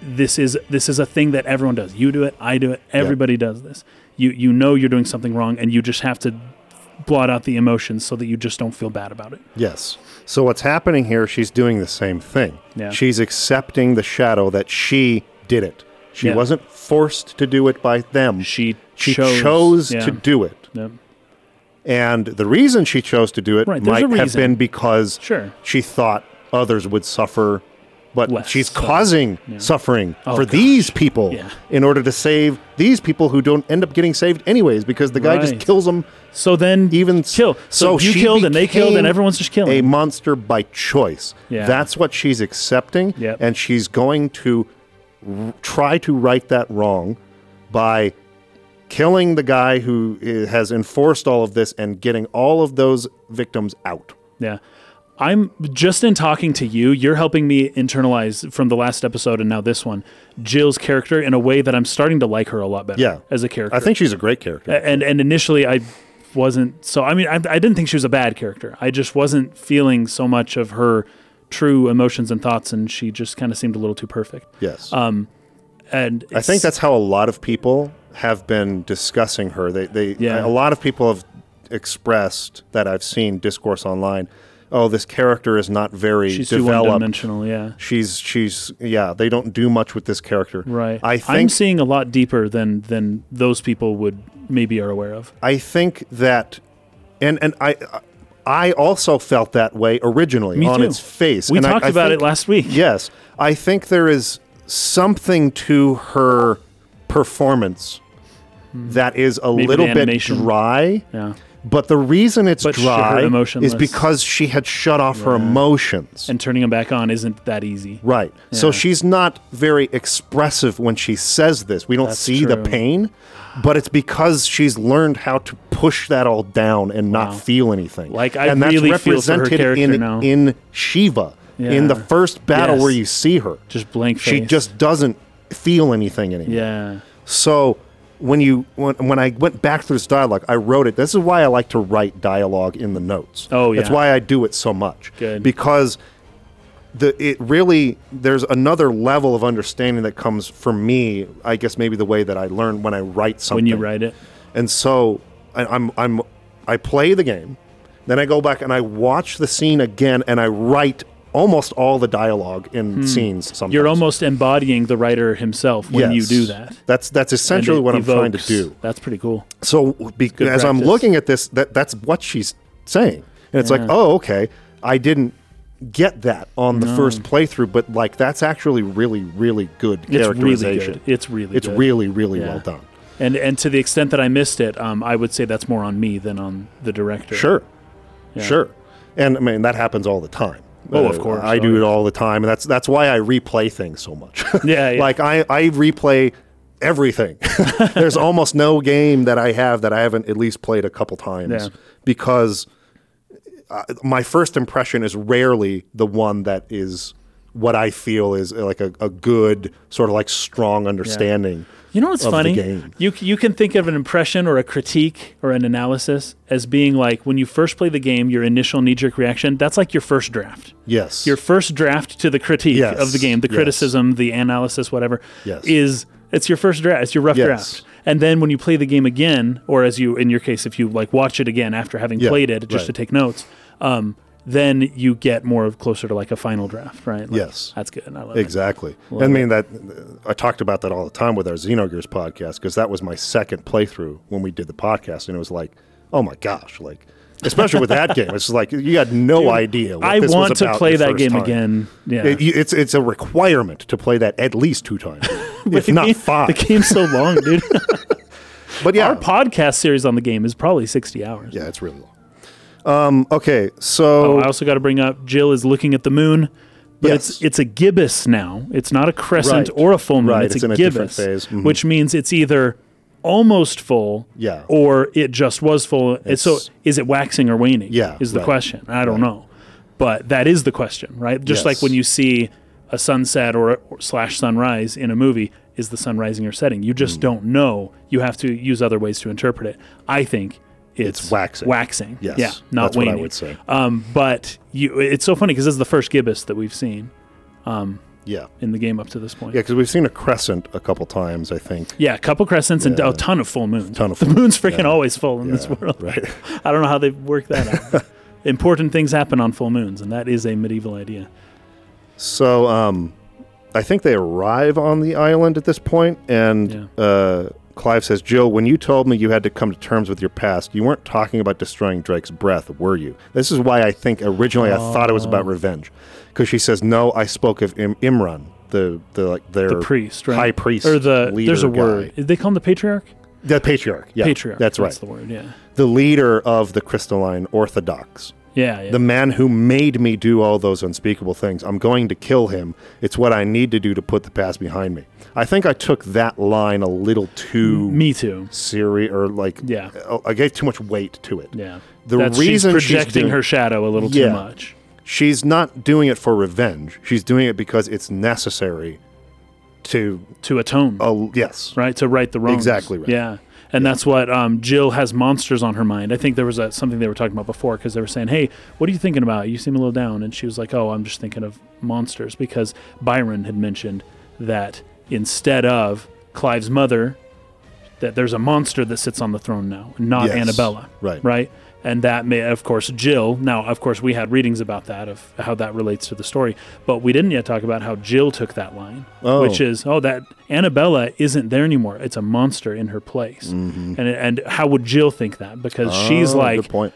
this is this is a thing that everyone does. You do it, I do it, everybody does this. You you know you're doing something wrong, and you just have to blot out the emotions so that you just don't feel bad about it.
Yes. So what's happening here, she's doing the same thing.
Yeah.
She's accepting the shadow that she did it. She
Yeah.
wasn't forced to do it by them.
She
she
chose-
chose,
yeah.
to do it.
Yep.
And the reason she chose to do it
Right, there's
might
a
have
reason.
been because
Sure.
she thought others would suffer, but
Less,
she's
so-
causing suffering
Oh,
for
gosh.
these people
Yeah.
in order to save these people who don't end up getting saved anyways because the guy just
Right.
kills them
So then
even s-
kill. So, you
she
killed and they killed and
became
everyone's just killing.
a monster by choice
Yeah.
that's what she's accepting
Yep.
and she's going to r- try to right that wrong by killing the guy who i- has enforced all of this and getting all of those victims out
Yeah. I'm just in talking to you, you're helping me internalize from the last episode and now this one, Jill's character in a way that I'm starting to like her a lot better
Yeah.
as a character.
i think she's a great character
and and initially I wasn't so I mean I, I didn't think she was a bad character. I just wasn't feeling so much of her true emotions and thoughts and she just kind of seemed a little too perfect.
yes
And
I think
it's-
that's how a lot of people have been discussing her. They, they,
Yeah.
a lot of people have expressed that I've seen discourse online. Oh, this character is not very
she's too one
developed.
dimensional, yeah.
She's, she's, yeah, they don't do much with this character.
Right.
I
I'm
think,
seeing a lot deeper than than those people would maybe are aware of.
I think that, and and I, I also felt that way originally
Me
on
too.
its face.
We
And I-
talked
I
about
think-
it last week.
Yes, I think there is something to her performance that is a
Hmm. the
little bit
animation.
dry.
Yeah.
But the reason it's
But she- her
dry is
emotionless-
because she had shut off her emotions.
and turning them back on isn't that easy.
right. So she's not very expressive when she says this. We don't see the
true.
pain, but it's because she's learned how to push that all down and not feel anything.
Like, I
and
really feel
that's
for her
represented
character
in
now.
in Shiva in the
Yeah.
first battle
Yes.
where you see her.
Just blank
she
face.
just doesn't feel anything anymore.
yeah.
So when you when, when I went back through this dialogue, I wrote it. This is why I like to write dialogue in the notes.
Oh,
that's
yeah.
why I do it so much.
Good.
because the it really there's another level of understanding that comes from me. I guess maybe the way that I learn when I write something.
When you write it,
and so I, I'm I'm I play the game, then I go back and I watch the scene again, and I write almost all the dialogue in scenes. Sometimes
Hmm. you're almost embodying the writer himself when
Yes.
you do that.
That's that's
And
essentially
it
what I'm trying to
evokes-
do.
That's pretty cool.
So be, as I'm
practice.
looking at this, that that's what she's saying, and it's like, oh, okay, I didn't get that on the first playthrough, but like that's actually really, really good
It's really
characterization.
good. It's really
It's
good.
really, really
Yeah.
well done.
and and to the extent that I missed it, um, I would say that's more on me than on the director.
Sure, sure, and I mean that happens all the time. Uh,
Oh, of course.
I
Oh,
do
yeah.
it all the time, and that's that's why I replay things so much.
Yeah, yeah.
like I I replay everything. There's almost no game that I have that I haven't at least played a couple times
Yeah.
because uh, my first impression is rarely the one that is what I feel is uh, like a, a good sort of like strong understanding.
You know what's
of the
funny?
game.
You c- you can think of an impression or a critique or an analysis as being like when you first play the game, your initial knee jerk reaction. That's like your first draft.
Yes.
your first draft to the critique
Yes,
of the game, the
yes.
criticism, the analysis, whatever,
Yes.
is it's your first draft, it's your rough
Yes.
draft. And then when you play the game again, or as you in your case, if you like watch it again after having
Yeah,
played it just to
right.
take notes, um, then you get more of closer to like a final draft, right? Like,
Yes.
that's good. I love it.
Exactly. I mean that I talked about that all the time with our Xenogears podcast because that was my second playthrough when we did the podcast, and it was like, oh my gosh, like especially with that game, it's like you had no idea. What
I
this was
want to
about
play
the
that
first
game
time.
again. Yeah,
It- you- it's it's a requirement to play that at least two times, if
The
not
game-
five.
The game's so long, dude.
But yeah,
Our podcast series on the game is probably sixty hours.
yeah, it's really long. Um, okay, so
Oh, I also got to bring up Jill is looking at the moon, but
Yes.
it's it's a gibbous now. It's not a crescent
Right.
or a full moon.
Right,
It's,
it's
a
in a different
gibbous,
phase. Mhm.
which means it's either almost full,
Yeah.
or it just was full. And so
It's-
is it waxing or waning?
Yeah,
is the
right.
question. I don't
Right.
know, but that is the question, right? Just like
Yes.
when you see a sunset or, or slash sunrise in a movie. is the sun rising or setting? You
Mm.
just don't know. You have to use other ways to interpret it. I think it's,
It's waxing.
Waxing.
Yes,
Yeah. Not
that's what I
waning.
would say.
Um, but you, it's so funny because this is the first gibbous that we've seen
Yeah.
in the game up to this point.
Yeah, because we've seen a crescent a couple times, I think.
Yeah, a couple crescents and
Yeah.
a ton of full moons.
Ton of
the
full-
moon's freaking always full in this
Yeah,
world.
right.
I don't know how they work that out. Important things happen on full moons, and that is a medieval idea.
So um, I think they arrive on the island at this point, and uh, Clive says, "Jill, when you told me you had to come to terms with your past, you weren't talking about destroying Drake's breath, were you?" This is why I think originally I thought it was
Oh.
about revenge, because she says, "No, I spoke of Im- Imran, the the like their
The priest, right?
high priest,
or the
leader
there's a
guy.
word. They call him the patriarch.
the patriarch, yeah,
patriarch.
That's right,
That's the word. Yeah.
the leader of the crystalline Orthodox."
Yeah. yeah.
The man who made me do all those unspeakable things. I'm going to kill him. It's what I need to do to put the past behind me. I think I took that line a little too
Me too.
serious, or like,
Yeah.
uh, I gave too much weight to it.
Yeah.
The
That's,
reason
she's
she's
projecting
doing-
her shadow a little too
Yeah.
much.
She's not doing it for revenge. She's doing it because it's necessary to.
to atone,
Oh, yes.
right? To right the wrongs.
Exactly right.
Yeah. And that's what um, Jill has monsters on her mind. I think there was a, something they were talking about before because they were saying, "Hey, what are you thinking about? You seem a little down." And she was like, "Oh, I'm just thinking of monsters because Byron had mentioned that instead of Clive's mother, that there's a monster that sits on the throne now, not
Yes.
Annabella,
Right.
Right. And that may, of course, Jill. Now, of course, we had readings about that of how that relates to the story, but we didn't yet talk about how Jill took that line,
Oh.
which is, oh, that Annabella isn't there anymore. It's a monster in her place. And and how would Jill think that? Because she's
Mm-hmm. Oh,
like,
Good point.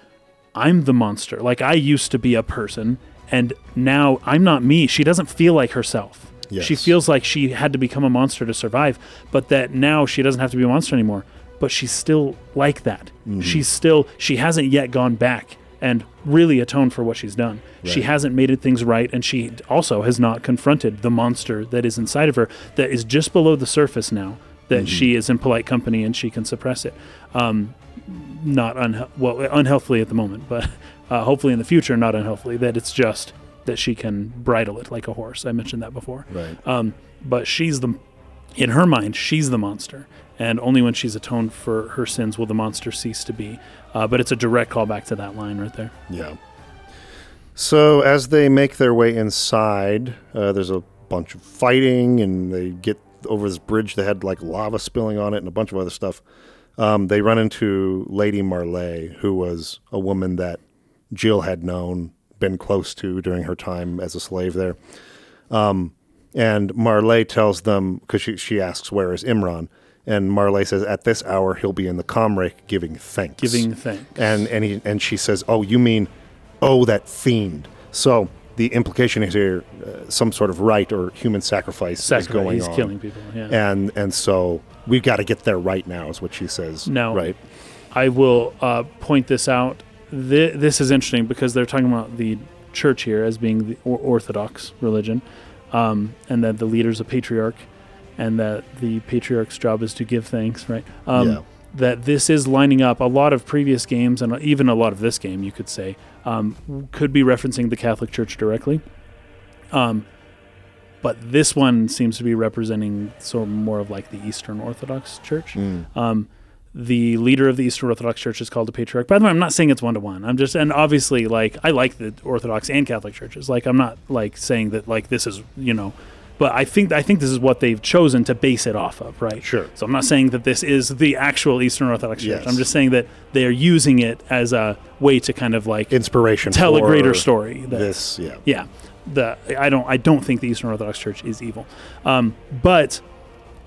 I'm the monster. Like I used to be a person, and now I'm not me. She doesn't feel like herself. She
Yes.
feels like she had to become a monster to survive, but that now she doesn't have to be a monster anymore. But she's still like that. She's still she hasn't yet gone back and really atoned for what she's done. She hasn't made it things right, and she also has not confronted the monster that is inside of her that is just below the surface now. That she is in polite company and she can suppress it not unhe- well unhealthily at the moment, but uh, hopefully in the future not unhealthily. That it's just that she can bridle it like a horse. I mentioned that before.
Right.
Um, but she's the in her mind she's the monster, and only when she's atoned for her sins will the monster cease to be. Uh, but it's a direct callback to that line right there.
Yeah. So as they make their way inside, uh, there's a bunch of fighting, and they get over this bridge that had like lava spilling on it and a bunch of other stuff. Um, they run into Lady Marley, who was a woman that Jill had known, been close to during her time as a slave there. Um, And Marley tells them, because she, she asks, Where is Imran? And Marley says, At this hour, he'll be in the comrade giving thanks.
Giving thanks.
And, and, he, and she says, Oh, you mean, oh, that fiend. So the implication is here uh, some sort of rite or human sacrifice, is
Sacrifice.
going
He's
on.
killing people. Yeah.
And, and so we've got to get there right now, is what she says.
Now,
Right.
I will uh, point this out. Th- this is interesting because they're talking about the church here as being the or- Orthodox religion, um, and that the leader's a patriarch, and that the patriarch's job is to give thanks, right? Um,
Yeah.
That this is lining up a lot of previous games, and even a lot of this game, you could say, um, could be referencing the Catholic Church directly but this one seems to be representing sort of more of like the Eastern Orthodox Church.
Mm.
Um, the leader of the Eastern Orthodox Church is called the Patriarch. By the way, I'm not saying it's one to one. I'm just, and obviously, like I like the Orthodox and Catholic churches. Like I'm not like saying that like this is you know, but I think I think this is what they've chosen to base it off of, right?
Sure.
So I'm not saying that this is the actual Eastern Orthodox Church.
Yes.
I'm just saying that they are using it as a way to kind of like
Inspiration.
tell a
for
greater story. that-
This, yeah.
yeah the i don't i don't think the eastern orthodox church is evil um, but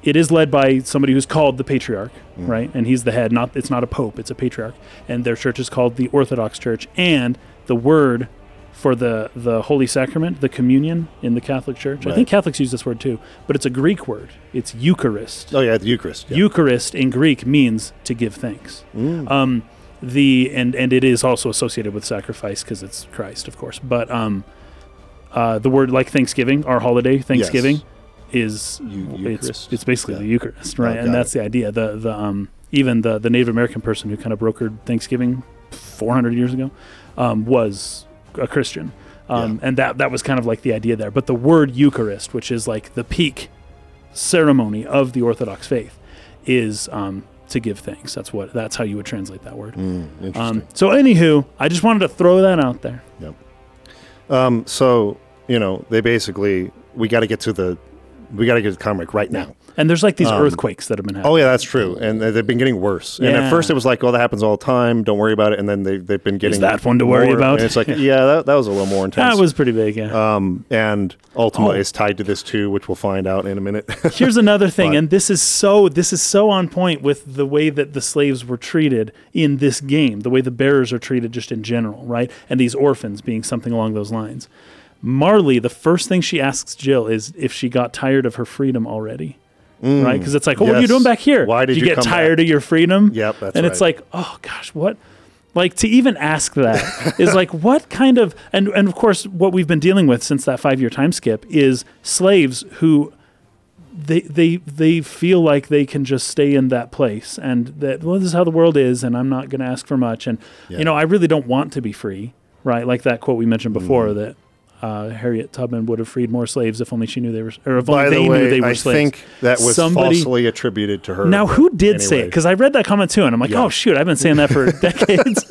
it is led by somebody who's called the patriarch
Mm.
right and he's the head not it's not a pope it's a patriarch and their church is called the orthodox church and the word for the the holy sacrament the communion in the catholic church i
Right.
think catholics use this word too but it's a greek word it's eucharist
Oh, yeah, the Eucharist. Yeah. Mm.
Eucharist in Greek means to give thanks. Um, the and and it is also associated with sacrifice because it's Christ, of course. But um, uh, the word like Thanksgiving, our holiday Thanksgiving, is it's
Eucharist?
it's basically
Yeah.
the Eucharist, right?
Oh,
and
got
that's the idea. The the um, even the the Native American person who kind of brokered Thanksgiving 400 years ago um, was a Christian. Um,
Yeah.
And that, that was kind of like the idea there. But the word Eucharist, which is like the peak ceremony of the Orthodox faith is um, to give thanks. That's what that's how you would translate that word.
Mm, Interesting.
Um, so anywho, I just wanted to throw that out there.
Um, so you know, they basically we got to get to the we got to get to the comic right now.
And there's like these
Um,
earthquakes that have been happening.
Oh yeah, that's true. And they- they've been getting worse. And at
Yeah.
first it was like, oh, that happens all the time. Don't worry about it. And then they they've been getting
that one to worry
more.
about?
And it's like, yeah, that, that was a little more intense.
that was pretty big. Yeah.
Um, and ultimately,
Oh.
it's tied to this too, which we'll find out in a minute.
Here's another thing,
But-
and this is so this is so on point with the way that the slaves were treated in this game, the way the bearers are treated just in general, right? And these orphans being something along those lines. Marley, the first thing she asks Jill is if she got tired of her freedom already. right? Because it's like, oh, what are you
Mm. yes.
doing back here?
Why did
you,
you
get
come
tired
back?"
of your freedom?
Yep, that's
And it's
right.
like, oh gosh, what? Like to even ask that is like what kind of and and of course what we've been dealing with since that five year time skip is slaves who they they they feel like they can just stay in that place and that well this is how the world is and I'm not going to ask for much and you
Yeah.
know I really don't want to be free right like that quote we mentioned before
Mm-hmm.
that uh, Harriet Tubman would have freed more slaves if only she knew they were or if only
By the
they knew
way,
they were
I
slaves.
think that was
Somebody-
falsely attributed to her.
Now,
but
who did say it?
anyway,
Because I read that comment too, and I'm like,
Yeah.
oh shoot, I've been saying that for decades.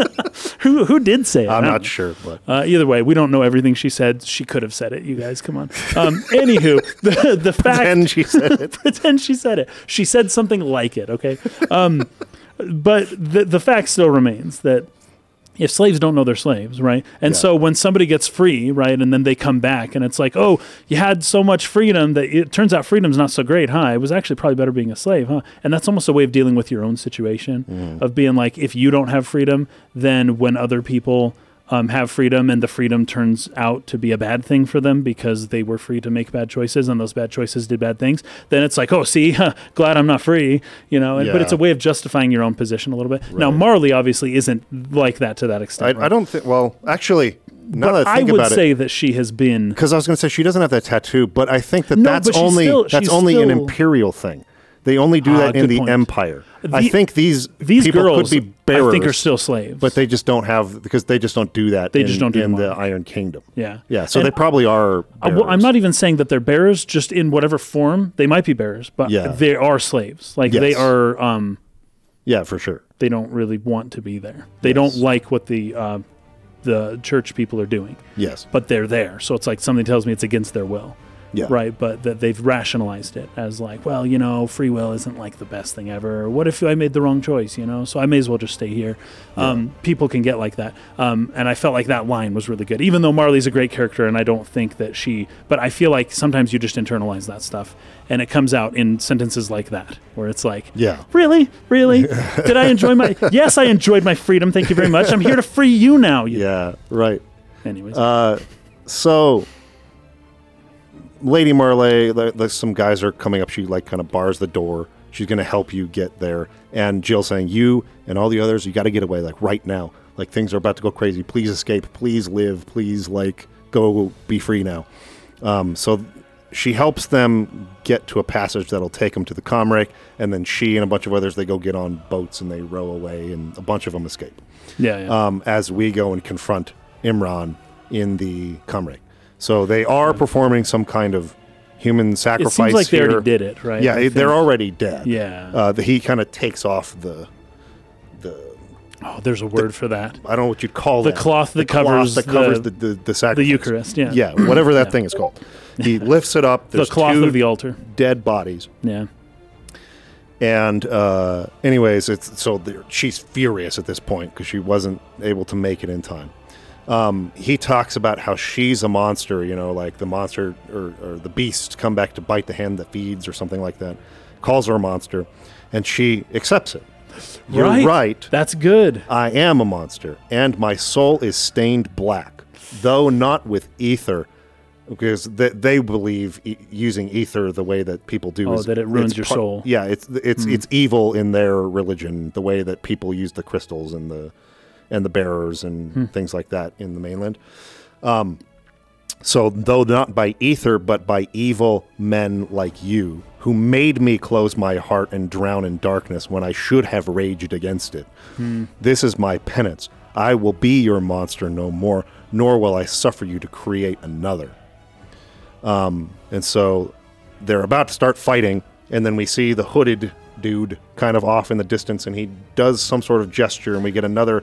who who did say it?
I'm
I don't
not
know.
sure, but
Uh, either way, we don't know everything she said. She could have said it. You guys, come on. Um, anywho, the the fact
and she said it.
pretend she said it. She said something like it, okay? Um, but the, the fact still remains that if slaves don't know they're slaves, right? And
Yeah.
so when somebody gets free, right, and then they come back and it's like, oh, you had so much freedom that it turns out freedom's not so great, huh? It was actually probably better being a slave, huh? And that's almost a way of dealing with your own situation
Mm.
of being like, if you don't have freedom, then when other people um, have freedom and the freedom turns out to be a bad thing for them because they were free to make bad choices and those bad choices did bad things, then it's like, oh, see, glad I'm not free, you know? And, But it's a
Yeah.
way of justifying your own position a little bit. Now,
Right.
Marley obviously isn't like that to that
I,
extent.
I don't think. Well, actually,
But
now that I think
would
about it,
say that she has been.
because I was going to say she doesn't have that tattoo, but I think that
No,
that's
but she's
only
still-
that's
she's
only an
still-
imperial thing. They only do
Ah,
that in
good
the
point.
empire. I
The-
think these
These
people
girls,
could be bearers,
I think, are still slaves.
but they just don't have because they just don't do that. They in,
just don't do
in
them
the
all.
Iron Kingdom.
yeah,
yeah. So
And
they probably are.
I, well, I'm
bearers.
not even saying that they're bearers, just in whatever form they might be bearers, but
Yeah.
they are slaves. Like they
Yes.
are. Um,
Yeah, for sure.
they don't really want to be there. They don't like what the uh, the church people are doing,
Yes.
but they're there. So it's like something tells me it's against their will.
Yeah.
right? But that they've rationalized it as like, well, you know, free will isn't like the best thing ever. What if I made the wrong choice, you know? So I may as well just stay here. Um, people can get like that. Um, and I felt like that line was really good, even though Marley's a great character and I don't think that she, but I feel like sometimes you just internalize that stuff and it comes out in sentences like that, where it's like,
Yeah.
Really? Really? Did I enjoy my? Yes, I enjoyed my freedom. Thank you very much. I'm here to free you now. You.
Yeah. Uh, Right.
Anyways,
So, Lady Marley, the, the, some guys are coming up. She like kind of bars the door. She's gonna help you get there. And Jill saying, "You and all the others, you got to get away like right now. Like things are about to go crazy. Please escape. Please live. Please like go be free now." Um, so she helps them get to a passage that'll take them to the Comrade, and then she and a bunch of others they go get on boats and they row away, and a bunch of them escape
yeah, yeah.
um, as we go and confront Imran in the Qumri. So they are performing some kind of human
it
sacrifice.
seems like they
here.
already did it, right?
Yeah,
I
it-
think.
they're already dead.
Yeah.
Uh, the, he kind of takes off the the
Oh, there's a word for that.
I don't know what you'd call
The
that.
cloth that
cloth
covers
that
the-
covers the the, the,
The
sacrifice.
Eucharist, yeah.
Yeah, whatever that thing is called. He lifts it up.
The
There's
cloth
two
of the altar.
dead bodies.
Yeah.
And uh, anyways, it's so the, she's furious at this point because she wasn't able to make it in time. Um, he talks about how she's a monster, you know, like the monster or, or the beast come back to bite the hand that feeds or something like that. Calls her a monster, and she accepts it. You're right.
That's good.
I am a monster, and my soul is stained black, though not with ether, because they, they believe e- using ether the way that people do
Oh,
is
that it ruins
it's
your
par-
soul. Hmm.
Yeah, it's it's it's evil in their religion, the way that people use the crystals and the and the bearers and
Hmm.
things like that in the mainland. Um, So, though not by ether, but by evil men like you, who made me close my heart and drown in darkness when I should have raged against it. This is my penance. I will be your monster no more, nor will I suffer you to create another. Um, and so they're about to start fighting, and then we see the hooded dude kind of off in the distance, and he does some sort of gesture, and we get another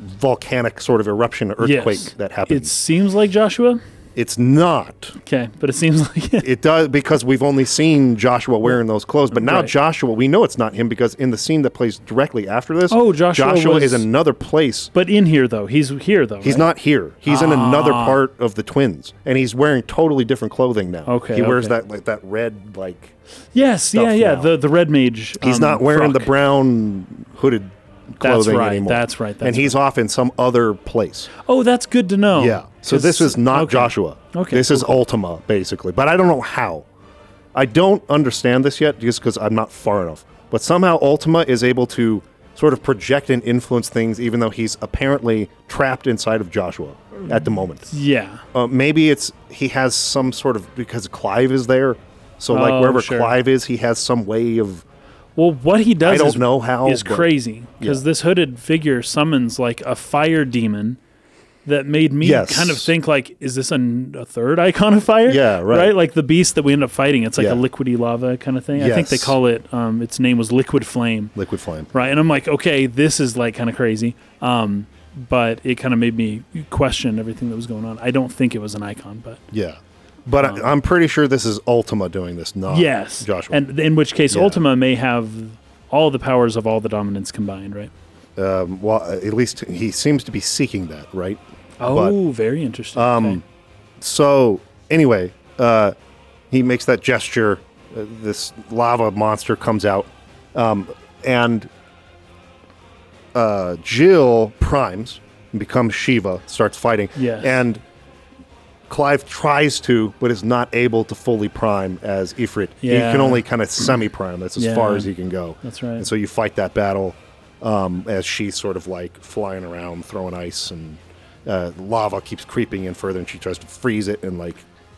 volcanic sort of eruption earthquake
Yes.
that happens.
It seems like Joshua.
it's not
Okay, but it seems like it.
it does because we've only seen Joshua wearing those clothes, but now
Right.
Joshua, we know it's not him because in the scene that plays directly after this,
Oh, Joshua was-
is another place.
But in here though, he's here though.
He's not here. He's in another
Ah.
part of the twins, and he's wearing totally different clothing now.
Okay,
he wears
okay.
that like that red like.
Yes, yeah, yeah.
now.
The the red mage.
He's
um,
not wearing the
frock.
brown hooded
That's
clothing
right,
anymore.
that's right,
and
that's
he's off in some other place.
Oh, that's good to know.
Yeah. So
'Cause-
this is not
okay.
Joshua.
Okay,
This is Ultima, basically. But I don't know how. I don't understand this yet just because I'm not far enough. But somehow Ultima is able to sort of project and influence things, even though he's apparently trapped inside of Joshua at the moment.
Yeah.
Uh, maybe it's he has some sort of because Clive is there. So like
Oh,
wherever
sure.
Clive is, he has some way of
Well, what he does
I don't
is,
know how,
is
but-
crazy because this hooded figure summons like a fire demon that made me
Yes.
kind of think like, is this an, a third icon of fire?
Yeah, right.
Like the beast that we end up fighting, it's like
Yeah.
a liquidy lava kind of thing. I think they
Yes.
call it. Um, its name was Liquid Flame.
liquid flame.
Right, and I'm like, okay, this is like kind of crazy. Um, but it kind of made me question everything that was going on. I don't think it was an icon, but
Yeah. But I, I'm pretty sure this is Ultima doing this, not
Oh. yes,
Uh, Joshua.
And in which case,
Yeah.
Ultima may have all the powers of all the dominants combined, right?
um, well, at least he seems to be seeking that, right?
Oh, very interesting. Um,
So anyway, uh, he makes that gesture. Uh, this lava monster comes out, um, and uh, Jill primes and becomes Shiva. Starts fighting.
Yes.
And Clive tries to, but is not able to fully prime as Ifrit. He
Yeah.
can only kind of semi-prime. That's as far
Yeah.
as he can go.
That's right.
And so you fight that battle um, as she's sort of like flying around, throwing ice, and uh, lava keeps creeping in further, and she tries to freeze it and like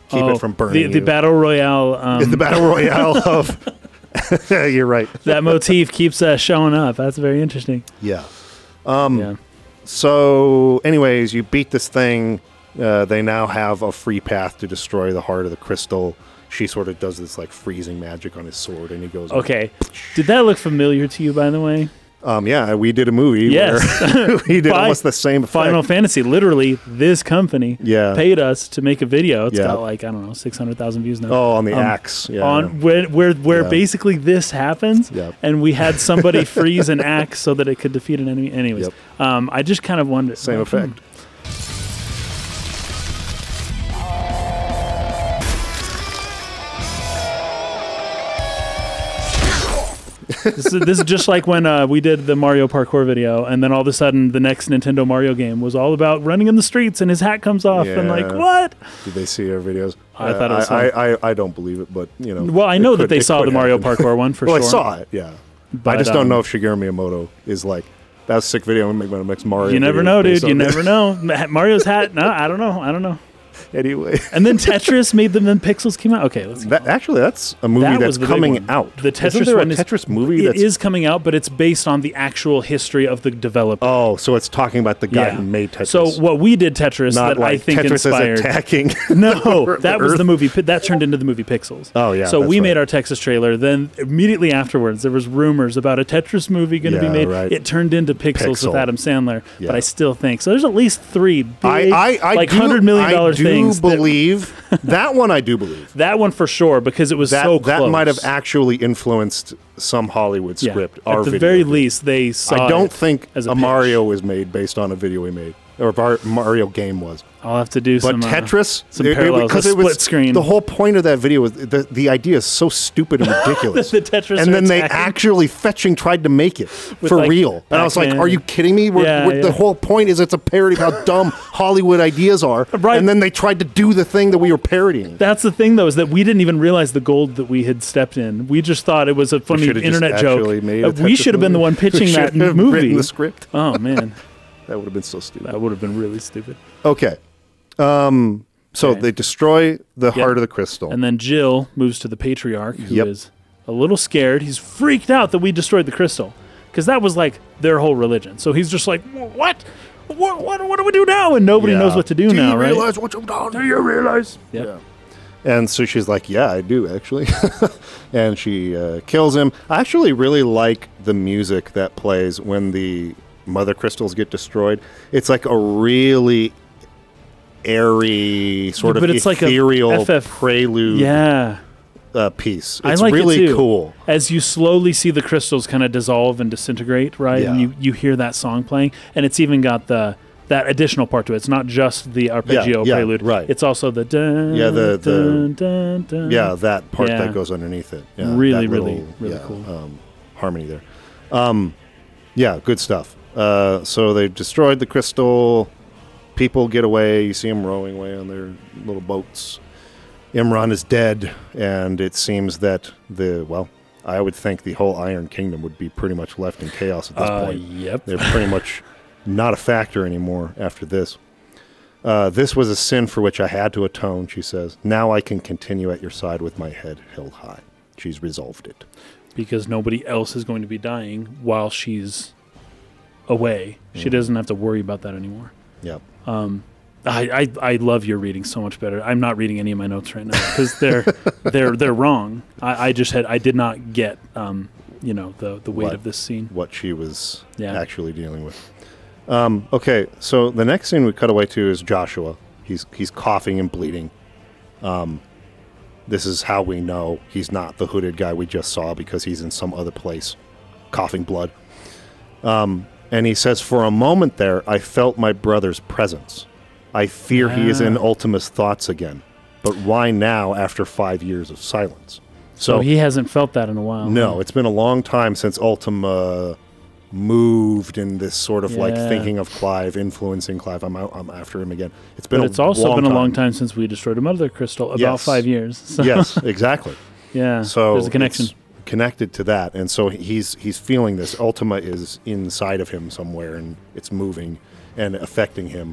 keep it from burning.
Oh, The, the
you.
battle royale. Um,
the battle royale of. You're right.
that motif keeps uh, showing up. That's very interesting.
Yeah. Um,
yeah.
So, anyways, you beat this thing. Uh, they now have a free path to destroy the heart of the crystal. She sort of does this like freezing magic on his sword, and he goes.
Okay. Did that look familiar to you, by the way?
Um. Yeah, we did a movie.
Yes.
Where we did
Fi-
almost the same. Effect.
Final Fantasy, literally, this company
Yeah.
paid us to make a video. It's
Yeah.
got like, I don't know, 600,000 views now.
Oh, on the
Um,
axe. Yeah.
on where where, where
Yeah.
basically this happens
Yep.
and we had somebody freeze an axe so that it could defeat an enemy anyways
Yep.
um, i just kind of wondered
Same
like, hmm,
effect.
this, is, this is just like when uh, we did the mario parkour video and then all of a sudden the next nintendo mario game was all about running in the streets and his hat comes off and like
Yeah.
what
Did they see our videos? Uh,
I thought it was
I,
fun.
I, I, I don't believe it, but you know.
well i
it
know
could-
that they
it
saw
could
the mario
happen.
parkour one for
well,
sure
I saw it. Yeah. I
But,
just don't
um,
know if Shigeru Miyamoto is like that was a sick video. I'm gonna make my next Mario.
you never
video
know
based
dude you
on
never
this."
know Ma- mario's hat no i don't know i don't know
anyway,
and then tetris made them then pixels came out okay let's
that actually that's a movie
That
that's
was the big
coming
one.
out.
The Tetris
Isn't there
one
a
is-
Tetris movie
It
that's
is coming out, but it's based on the actual history of the developer.
oh, so it's talking about the guy
Yeah.
who made Tetris.
So what we did Tetris
not
that
like
I think
Tetris
inspired.
is attacking.
no,
the
that was
Earth.
the movie. Pi- That turned into the movie Pixels.
Oh, yeah,
So
that's
we
right.
made our Texas trailer. Then immediately afterwards, there was rumors about a Tetris movie going to
Yeah,
be made.
right.
It turned into Pixels
Pixel.
with Adam Sandler.
Yeah.
But I still think so. There's at least three big,
I, I, I
like
do,
hundred million dollar
I do
things. that-
believe that one. I do believe.
that, one for sure because it was
that,
so close.
that might have actually influenced some Hollywood
Yeah.
script.
At
Our
the
video
very
game.
least, they saw.
I don't
it
think
as
a,
a pitch.
Mario was made based on a video we made or a bar- Mario game was.
I'll have to do
But
some uh,
Tetris,
some parallels, a
was
split screen.
The whole point of that video was the, the idea is so stupid and ridiculous.
The Tetris
and
are
then they
attacking.
actually fetching tried to make it for
like,
real. And I was like,
Pac-Man.
"Are you kidding me? We're,
Yeah,
we're-
yeah.
The whole point is it's a parody of how dumb Hollywood ideas are."
Right.
And then they tried to do the thing that we were parodying.
That's the thing, though, is that we didn't even realize the gold that we had stepped in. We just thought it was a funny
should've just
internet
actually
joke.
made a
Uh, we
Tetris
should have been the one
movie.
pitching
We
that
should have
movie.
written the script.
Oh man,
That would have been so stupid.
that would have been really stupid.
Okay. Um, so
Okay.
they destroy the heart of the crystal.
And then Jill moves to the patriarch, who is
Yep.
a little scared. He's freaked out that we destroyed the crystal, because that was like their whole religion. So he's just like, "Wh- what? What? What, what do we do now? And nobody knows what to do,
do
now,
you
right?
realize what you've done? Do you realize?
Yep.
Yeah. And so she's like, "Yeah, I do actually," and she uh, kills him. I actually really like the music that plays when the mother crystals get destroyed. It's like a really airy sort
but
of
it's like a
ethereal
FF
prelude
Yeah.
uh, piece.
I
It's
like it
really
too.
cool.
As you slowly see the crystals kind of dissolve and disintegrate, right? And
Yeah.
you, you hear that song playing, and it's even got the that additional part to it. It's not just the arpeggio
yeah,
prelude,
right.
It's also the dun,
Yeah, the- the-
dun, dun, dun.
Yeah, that part
Yeah.
that goes underneath it. Yeah,
Really,
that
really, really cool.
Um, harmony there. Um, yeah, good stuff. Uh, so they've destroyed the crystal. People get away. You see them rowing away on their little boats. Imran is dead, and it seems that the well, I would think the whole Iron Kingdom would be pretty much left in chaos at this
Uh,
point.
yep.
They're pretty much not a factor anymore after this. Uh, this was a sin for which I had to atone, she says. Now I can continue at your side with my head held high. She's resolved it.
Because nobody else is going to be dying while she's away. She
Mm.
doesn't have to worry about that anymore.
Yep.
I, I, I love your reading so much better. I'm not reading any of my notes right now because they're they're they're wrong. I, I just had I did not get um you know the the weight
What?
of this scene.
What she was
Yeah.
actually dealing with. Um, okay, so the next scene we cut away to is Joshua. He's he's coughing and bleeding. Um, this is how we know he's not the hooded guy we just saw because he's in some other place, coughing blood. Um, And he says, For a moment there, I felt my brother's presence. I fear he is
Ah.
in Ultima's thoughts again. But why now after five years of silence? So,
So he hasn't felt that in a while.
no, it's been a long time since Ultima moved in this sort of like
Yeah.
thinking of Clive, influencing Clive. I'm out, I'm after him again. It's been
But
a
it's also
long
been a
time.
long time since we destroyed a mother crystal, about
Yes.
five years. So,
yes, exactly.
yeah.
So
there's a connection.
it's connected to that, and so he's he's feeling this. Ultima is inside of him somewhere, and it's moving and affecting him.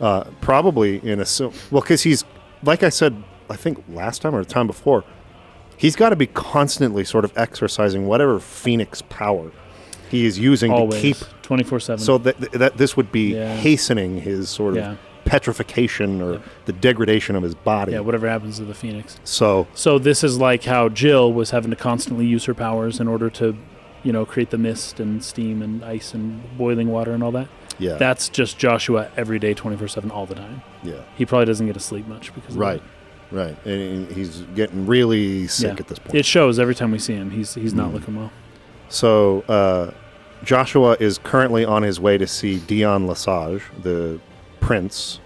Uh, probably in a sim- well, because he's like I said, I think last time or the time before, he's got to be constantly sort of exercising whatever phoenix power he is using to keep.
Always. Twenty four seven.
So that that this would be
Yeah.
hastening his sort of
Yeah.
petrification or the degradation of his body.
yeah, whatever happens to the Phoenix.
so
So this is like how Jill was having to constantly use her powers in order to, you know, create the mist and steam and ice and boiling water and all that.
yeah,
That's just Joshua every day, 24 7, all the time.
yeah.
He probably doesn't get to sleep much because of
Right,
that.
right. And he's getting really sick
Yeah.
at this point. Mm.
It shows every time we see him. He's he's not looking well.
so uh, Joshua is currently on his way to see Dion Lesage, the prince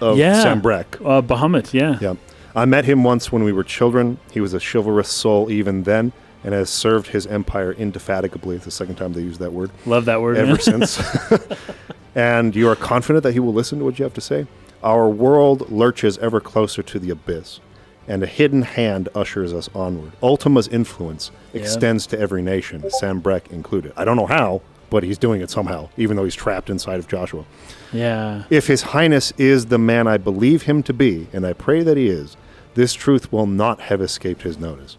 of
Yeah.
Sambrec.
Uh, Bahamut, yeah.
Yeah. I met him once when we were children. He was a chivalrous soul even then and has served his empire indefatigably. It's the second time they use that word.
Love that word. man.
ever since. and you are confident that he will listen to what you have to say? Our world lurches ever closer to the abyss, and a hidden hand ushers us onward. Ultima's influence
Yeah.
extends to every nation, Sambrek included. I don't know how, but he's doing it somehow, even though he's trapped inside of Joshua.
Yeah.
If His Highness is the man I believe him to be, and I pray that he is, this truth will not have escaped his notice.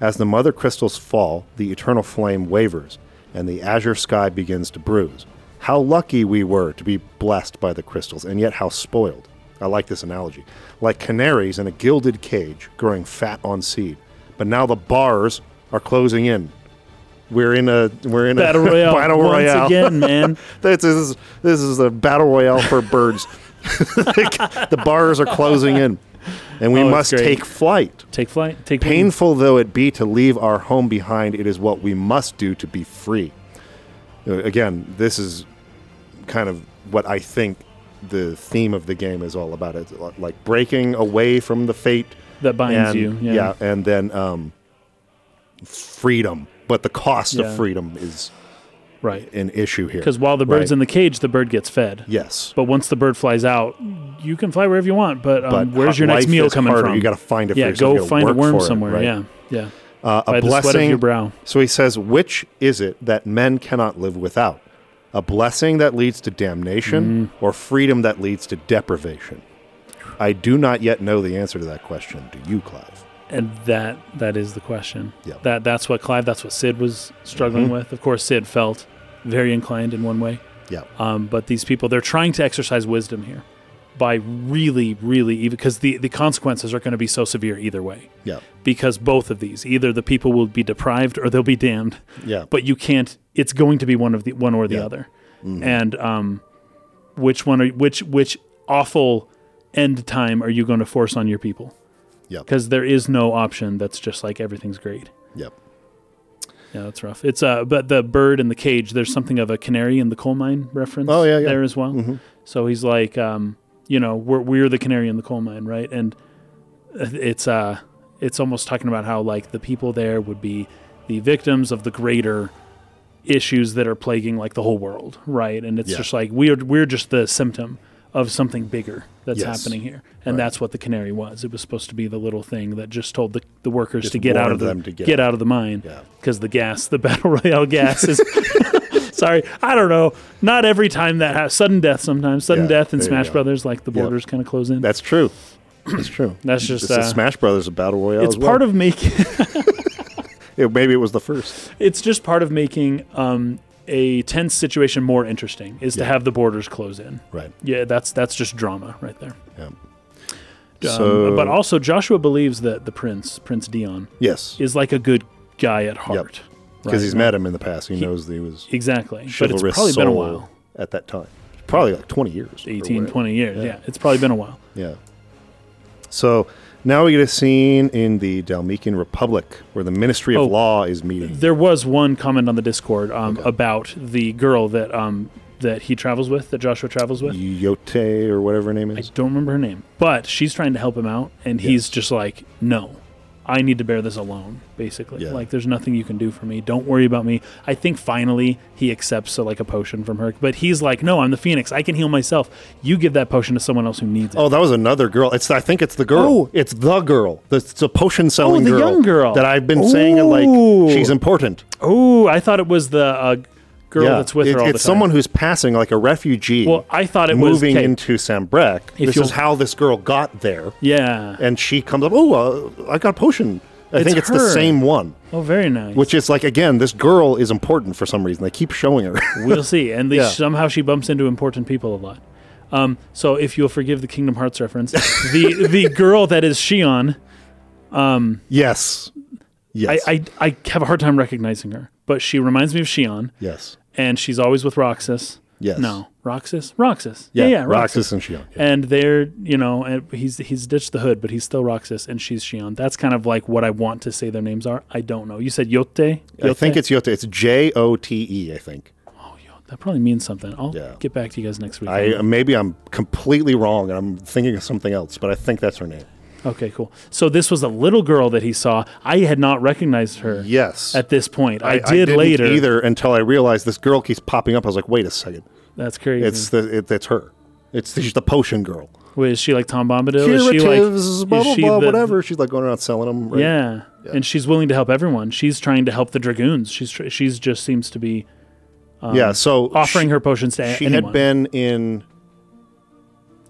As the mother crystals fall, the eternal flame wavers, and the azure sky begins to bruise. How lucky we were to be blessed by the crystals, and yet how spoiled. I like this analogy. Like canaries in a gilded cage, growing fat on seed. But now the bars are closing in. We're in a we're in
Battle
a
Royale.
battle
once
royale.
again, man.
This is this is a battle royale for birds. the bars are closing in, and we
Oh, it's
must
great.
take flight.
Take flight. Take wing.
Painful though it be to leave our home behind, it is what we must do to be free. Uh, Again, this is kind of what I think the theme of the game is all about. It's li- like breaking away from the fate
That binds
and
you. Yeah.
and then um, freedom. But the cost
Yeah.
of freedom is
Right.
an issue here.
Because while the bird's
Right.
in the cage, the bird gets fed.
yes,
But once the bird flies out, you can fly wherever you want. But, um,
but
where's your
h-
next
life
meal
is
coming
harder.
from?
You got to find it.
yeah,
for yourself. You
go
gotta
find a
work
worm
for it,
somewhere.
right?
Yeah, yeah.
Uh, a
By the sweat
blessing.
of your brow.
So he says, "Which is it that men cannot live without? A blessing that leads to damnation,
Mm.
or freedom that leads to deprivation?" I do not yet know the answer to that question. Do you, Clive?
And that that is the question.
Yeah. Mm-hmm.
That that's what Clive. That's what Sid was struggling with. Of course, Sid felt very inclined in one way.
Yeah.
Uh, Um, but these people, they're trying to exercise wisdom here. by really, really even because the, the consequences are going to be so severe either way.
Yeah.
Because both of these, either the people will be deprived or they'll be damned.
Yeah.
But you can't. It's going to be one of the one or the
Yeah. Mm-hmm.
other. And um, which one are which which awful end time are you going to force on your people?
Yep.
Because there is no option that's just like everything's great.
Yep.
Yeah, that's rough. It's uh, but the bird in the cage. There's something of a canary in the coal mine reference.
Oh, yeah, yeah.
there as well. So he's like, um, you know, we're we're the canary in the coal mine, right? And it's uh, it's almost talking about how like the people there would be the victims of the greater issues that are plaguing like the whole world, right? And it's
Yeah.
just like we're we're just the symptom of something bigger that's
Yes.
happening here, and that's what the canary was. It was supposed to be the little thing that just told the, the workers
Just
to get out
warned
of the,
them to get
get out of the mine
Yeah.
because the gas, the battle royale gas is. sorry, I don't know. Not every time that happens. Sudden death sometimes. Sudden
Yeah,
death in
there you
Smash
go.
Brothers, like the
Yep.
borders kind of close in.
That's true. That's true.
That's just,
It's the
uh,
Smash Brothers of Battle Royale.
it's part of making.
it, maybe it was the first.
it's just part of making um, a tense situation more interesting is to
Yeah.
have the borders close in.
Right.
Yeah, that's that's just drama right there.
Yeah.
Um,
so
but also, Joshua believes that the prince, Prince Dion,
yes,
is like a good guy at heart.
because
right?
he's met him in the past. He, knows that he was
Exactly. But
chivalrous
it's probably
soul
been a while.
at that time. Probably like twenty years. or
18,
whatever.
20 years.
Yeah.
Yeah. it's probably been a while.
Yeah. So now we get a scene in the Dalmatian Republic where the Ministry of
Oh.
Law is meeting.
There was one comment on the Discord um, about the girl that um, that he travels with, that Joshua travels with.
Yote or whatever her name
I
is.
don't remember her name, but she's trying to help him out, and he's just like, "No, I need to bear this alone." Basically,
Yeah.
like, there's nothing you can do for me. Don't worry about me. I think finally he accepts uh, like a potion from her, but he's like, "No, I'm the Phoenix. I can heal myself. You give that potion to someone else who needs it."
Oh, that was another girl. It's I think it's the girl.
Oh.
It's the girl. The, it's the potion selling
the
girl.
young girl.
That I've been saying
Ooh.
like she's important.
Oh, I thought it was the uh, girl that's with
It-
her all
it's
the time.
someone who's passing like a refugee.
Well, I thought it was-
moving
okay.
into Sambrec. This
you'll-
is how this girl got there,
yeah.
and she comes up. Oh, uh, I got a potion. I
It's
think it's the
her.
same one.
oh, very nice.
Which is like again, this girl is important for some reason. They keep showing her.
We'll see. And they,
Yeah.
somehow she bumps into important people a lot. Um, so if you'll forgive the Kingdom Hearts reference, the the girl that is Shion,
yes,
I,
yes,
I I have a hard time recognizing her, but she reminds me of Shion,
yes,
and she's always with Roxas.
Yes.
No, Roxas, Roxas. Yeah, yeah,
Roxas and Shion. Yeah.
And they're you know, and he's he's ditched the hood, but he's still Roxas, and she's Shion. That's kind of like what I want to say their names are. I don't know. You said Yote.
I think it's Yote. It's J O T E. I think.
that probably means something. I'll
Yeah.
get back to you guys next week.
I maybe I'm completely wrong, and I'm thinking of something else, but I think that's her name.
Okay, cool. So this was a little girl that he saw. I had not recognized her.
Yes.
At this point, I, did
didn't
later.
either until I realized this girl keeps popping up. I was like, wait a second,
That's crazy.
it's the it, it's her. It's she's the potion girl.
Wait, is she like Tom Bombadil? Is she like
Curatives, blah
is
blah
she
blah,
the-
whatever. She's like going around selling them. Right?
Yeah. and she's willing to help everyone. She's trying to help the dragoons. She's tr- she's just seems to be
yeah. So
Um, offering
she,
her potions to a-
She
anyone.
had been in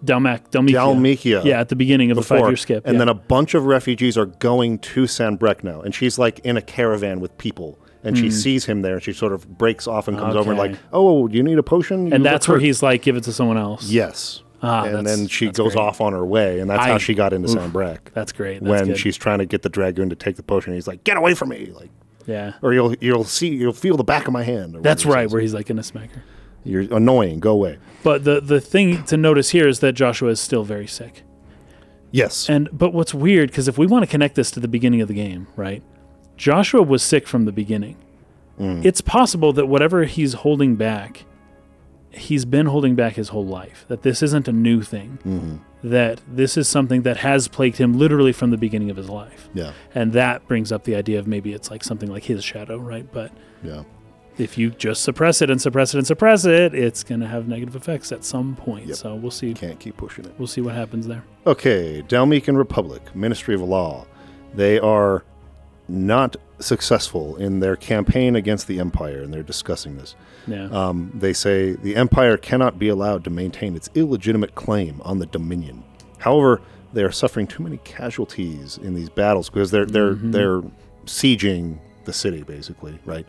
Dalmac, Dalmikia.
Dalmikia
Yeah, at the beginning of the
before,
five-year skip.
and
yeah.
then a bunch of refugees are going to Sanbrec now, and she's like in a caravan with people. And she sees him there, and she sort of breaks off and comes over and
Hmm. Okay.
like, "Oh, do you need a potion?" You
and
look
that's where
hurt."
he's like, give it to someone else.
Yes.
Ah,
and
that's-
then she
that's
goes
great.
off on her way, and that's how
I-
she got into Sambrac.
That's great. That's
When
good.
she's trying to get the dragoon to take the potion, he's like, "Get away from me!" Like,
yeah.
or you'll you'll see you'll feel the back of my hand. or
That's
whatever
right.
it
Where he's like in a smacker.
says. You're annoying. Go away.
But the the thing to notice here is that Joshua is still very sick.
Yes.
And but what's weird because if we want to connect this to the beginning of the game, right? Joshua was sick from the beginning. It's possible that whatever he's holding back, he's been holding back his whole life. That this isn't a new thing. That this is something that has plagued him literally from the beginning of his life.
yeah.
And that brings up the idea of maybe it's like something like his shadow, right? But
Yeah.
if you just suppress it and suppress it and suppress it, it's going to have negative effects at some point. So we'll see.
Can't keep pushing it.
We'll see what happens there.
Okay, Dalmatian Republic, Ministry of Law. They are not successful in their campaign against the Empire, and they're discussing this.
Yeah.
Um, they say the Empire cannot be allowed to maintain its illegitimate claim on the Dominion. However, they are suffering too many casualties in these battles because they're they're they're sieging the city basically, right?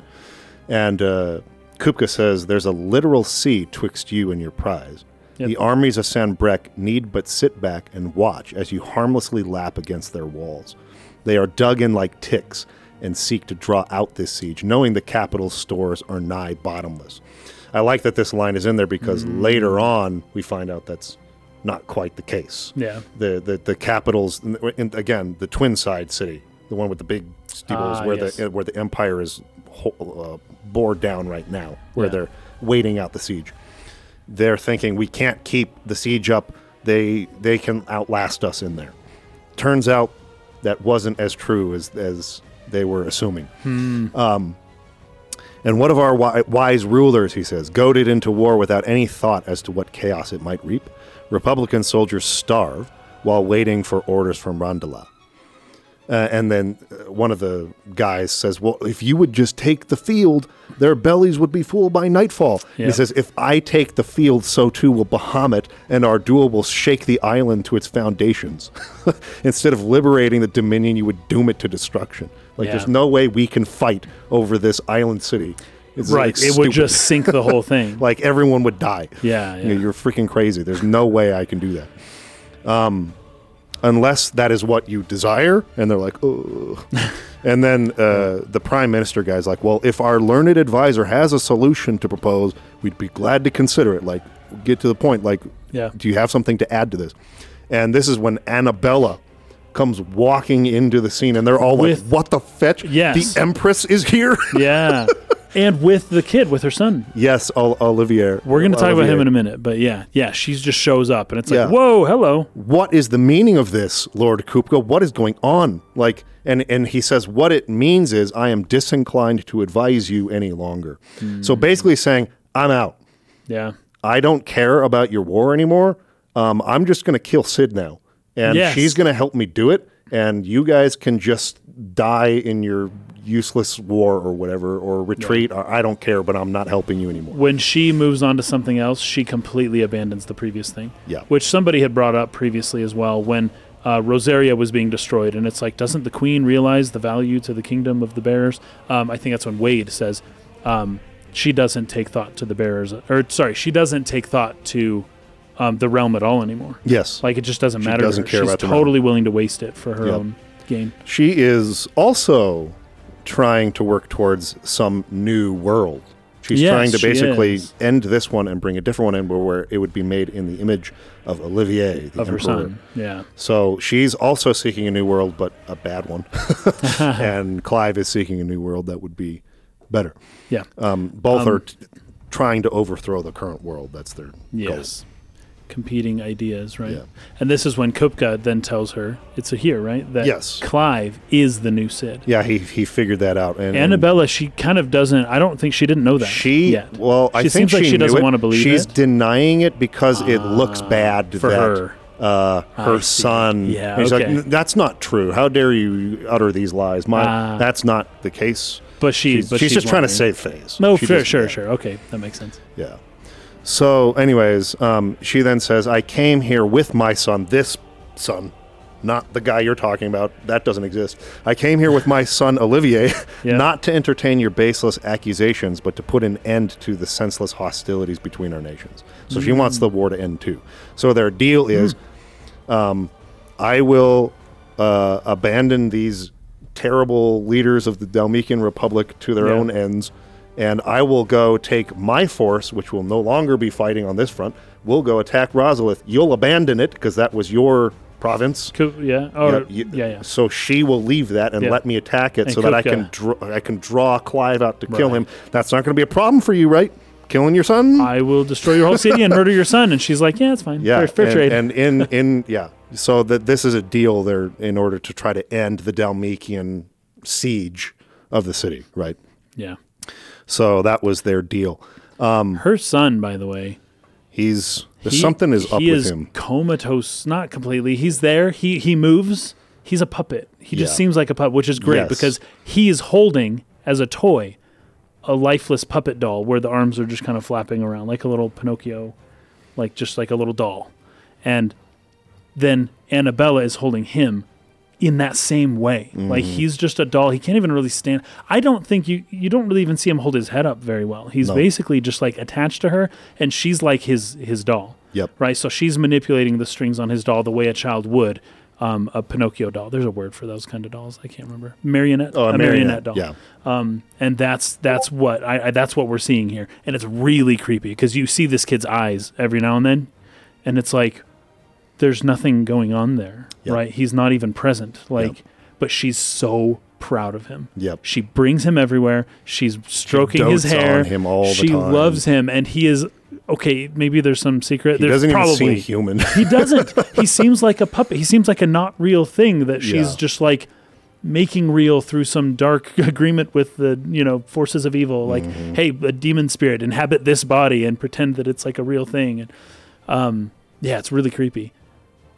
And uh, Kupka says there's a literal sea twixt you and your prize. The armies of Sanbrek need but sit back and watch as you harmlessly lap against their walls. They are dug in like ticks and seek to draw out this siege, knowing the capital's stores are nigh bottomless. I like that this line is in there because later on we find out that's not quite the case.
Yeah.
The the, the capitals and, and again the twin side city, the one with the big steeples
Ah,
where
yes.
the uh, where the empire is ho- uh, bore down right now, where
Yeah.
they're waiting out the siege. They're thinking we can't keep the siege up. They they can outlast us in there. Turns out that wasn't as true as as they were assuming. And one of our wi- wise rulers, he says, goaded into war without any thought as to what chaos it might reap, Republican soldiers starve while waiting for orders from Randala. Uh, and then uh, one of the guys says, Well, if you would just take the field, their bellies would be full by nightfall. And
Yeah.
He says, If I take the field, so too will Bahamut, and our duel will shake the island to its foundations. Instead of liberating the dominion, you would doom it to destruction. Like,
Yeah.
there's no way we can fight over this island city. It's
right.
like
it would
stupid.
just sink the whole thing.
like everyone would die.
Yeah,
You know,
yeah.
you're freaking crazy. There's no way I can do that. Um, unless that is what you desire, and they're like, oh. and then uh, the prime minister guy's like, well, if our learned advisor has a solution to propose, we'd be glad to consider it. Like, get to the point. Like,
Yeah.
do you have something to add to this? And this is when Annabella comes walking into the scene, and they're all
With-
like, "What the fetch?
Yes.
The Empress is here."
yeah. And with the kid, with her son.
yes, Ol- Olivier.
We're going to talk about him
Olivier.
in a minute, but yeah, yeah, she just shows up and it's like,
Yeah.
whoa, hello.
what is the meaning of this, Lord Kupka? What is going on? Like, and and he says, what it means is I am disinclined to advise you any longer. So basically saying, I'm out.
Yeah.
I don't care about your war anymore. Um, I'm just going to kill Sid now, and
Yes.
she's going to help me do it. And you guys can just die in your useless war or whatever, or retreat. Or I don't care, but I'm not helping you anymore.
When she moves on to something else, she completely abandons the previous thing.
Yeah.
Which somebody had brought up previously as well when uh, Rosaria was being destroyed. And it's like, doesn't the queen realize the value to the kingdom of the bearers? Um, I think that's when Wade says um, she doesn't take thought to the bearers. Or, sorry, she doesn't take thought to um, the realm at all anymore.
Yes,
Like, it just doesn't matter.
doesn't
to her.
care
She's
about the realm.
totally willing to waste it for her
Yep.
own gain.
She is also trying to work towards some new world. She's
Yes,
trying to
she
basically
is.
end this one and bring a different one in where, where it would be made in the image of Olivier, the
Of her
emperor.
son. Yeah.
So she's also seeking a new world, but a bad one. and Clive is seeking a new world that would be better.
Yeah.
Um, both are t- trying to overthrow the current world. That's their
Yes. Competing ideas, right?
Yeah.
And this is when Kupka then tells her, it's a here, right? That
Yes.
Clive is the new Sid.
goal. Yeah, he, he figured that out. And, and
Annabella, she kind of doesn't, I don't think she didn't know that.
She
yet.
well, I
She
think
seems like she
knew
doesn't
it.
wanna believe
She's
it. Ah,
denying it because it looks bad
for
that
her.
Uh, her
I see.
son.
Yeah,
and he's like,
okay.
"N- that's not true. How dare you utter these lies? My,
Ah.
that's not the case.
but she,
She's,
but
she's just trying to
wondering.
save face.
No,
She
sure,
just-
sure,
yeah,
sure. Okay, that makes sense.
Yeah. So, anyways, um, she then says, "I came here with my son. This son." Not the guy you're talking about. That doesn't exist. I came here with my son Olivier,
Yeah.
not to entertain your baseless accusations, but to put an end to the senseless hostilities between our nations. So she wants the war to end too. So their deal is I will uh, abandon these terrible leaders of the Dalmatian Republic to their
Yeah.
own ends, and I will go take my force, which will no longer be fighting on this front. We'll go attack Rosalith. You'll abandon it because that was your province.
Kup, yeah. Or,
You-
Oh, yeah, yeah.
So she will leave that and
Yeah.
let me attack it,
And
so that I
Kupka.
can dr- I can draw Clive out to kill
Right.
him. That's not going to be a problem for you, right? Killing your son.
I will destroy your whole city and murder your son. And she's like, yeah, it's fine.
Yeah,
fair, fair
and,
trade.
and in in yeah, so that this is a deal there in order to try to end the Dalmatian siege of the city, right?
yeah.
So that was their deal.
Her son, by the way,
He's there's
He-
something is up
he
with
is
him.
Comatose, not completely. He's there. He he moves. He's a puppet. He just
Yeah.
seems like a puppet, which is great
Yes.
because he is holding as a toy a lifeless puppet doll where the arms are just kind of flapping around like a little Pinocchio, like just like a little doll, and then Annabella is holding him in that same way. Like
Mm-hmm.
he's just a doll. He can't even really stand. I don't think you you don't really even see him hold his head up very well. He's basically just like attached to her and she's like his his doll.
Yep.
Right. So she's manipulating the strings on his doll the way a child would. Um, a Pinocchio doll. There's a word for those kind of dolls. I can't remember. Marionette.
Oh, a marionette,
doll.
yeah.
Um, and that's that's what I, I that's what we're seeing here, and it's really creepy because you see this kid's eyes every now and then, and it's like there's nothing going on there,
Yep.
right? He's not even present. Like, but she's so proud of him.
Yep.
She brings him everywhere. She's stroking his
dotes on
hair.
him all the
she
time.
loves him, and he is okay. Maybe there's some secret.
He
there's
doesn't
probably
even seem human.
he doesn't. he seems like a puppet. He seems like a not real thing that she's
Yeah.
just like making real through some dark agreement with the you know forces of evil. Like, hey, a demon spirit inhabit this body and pretend that it's like a real thing. And um, yeah, it's really creepy.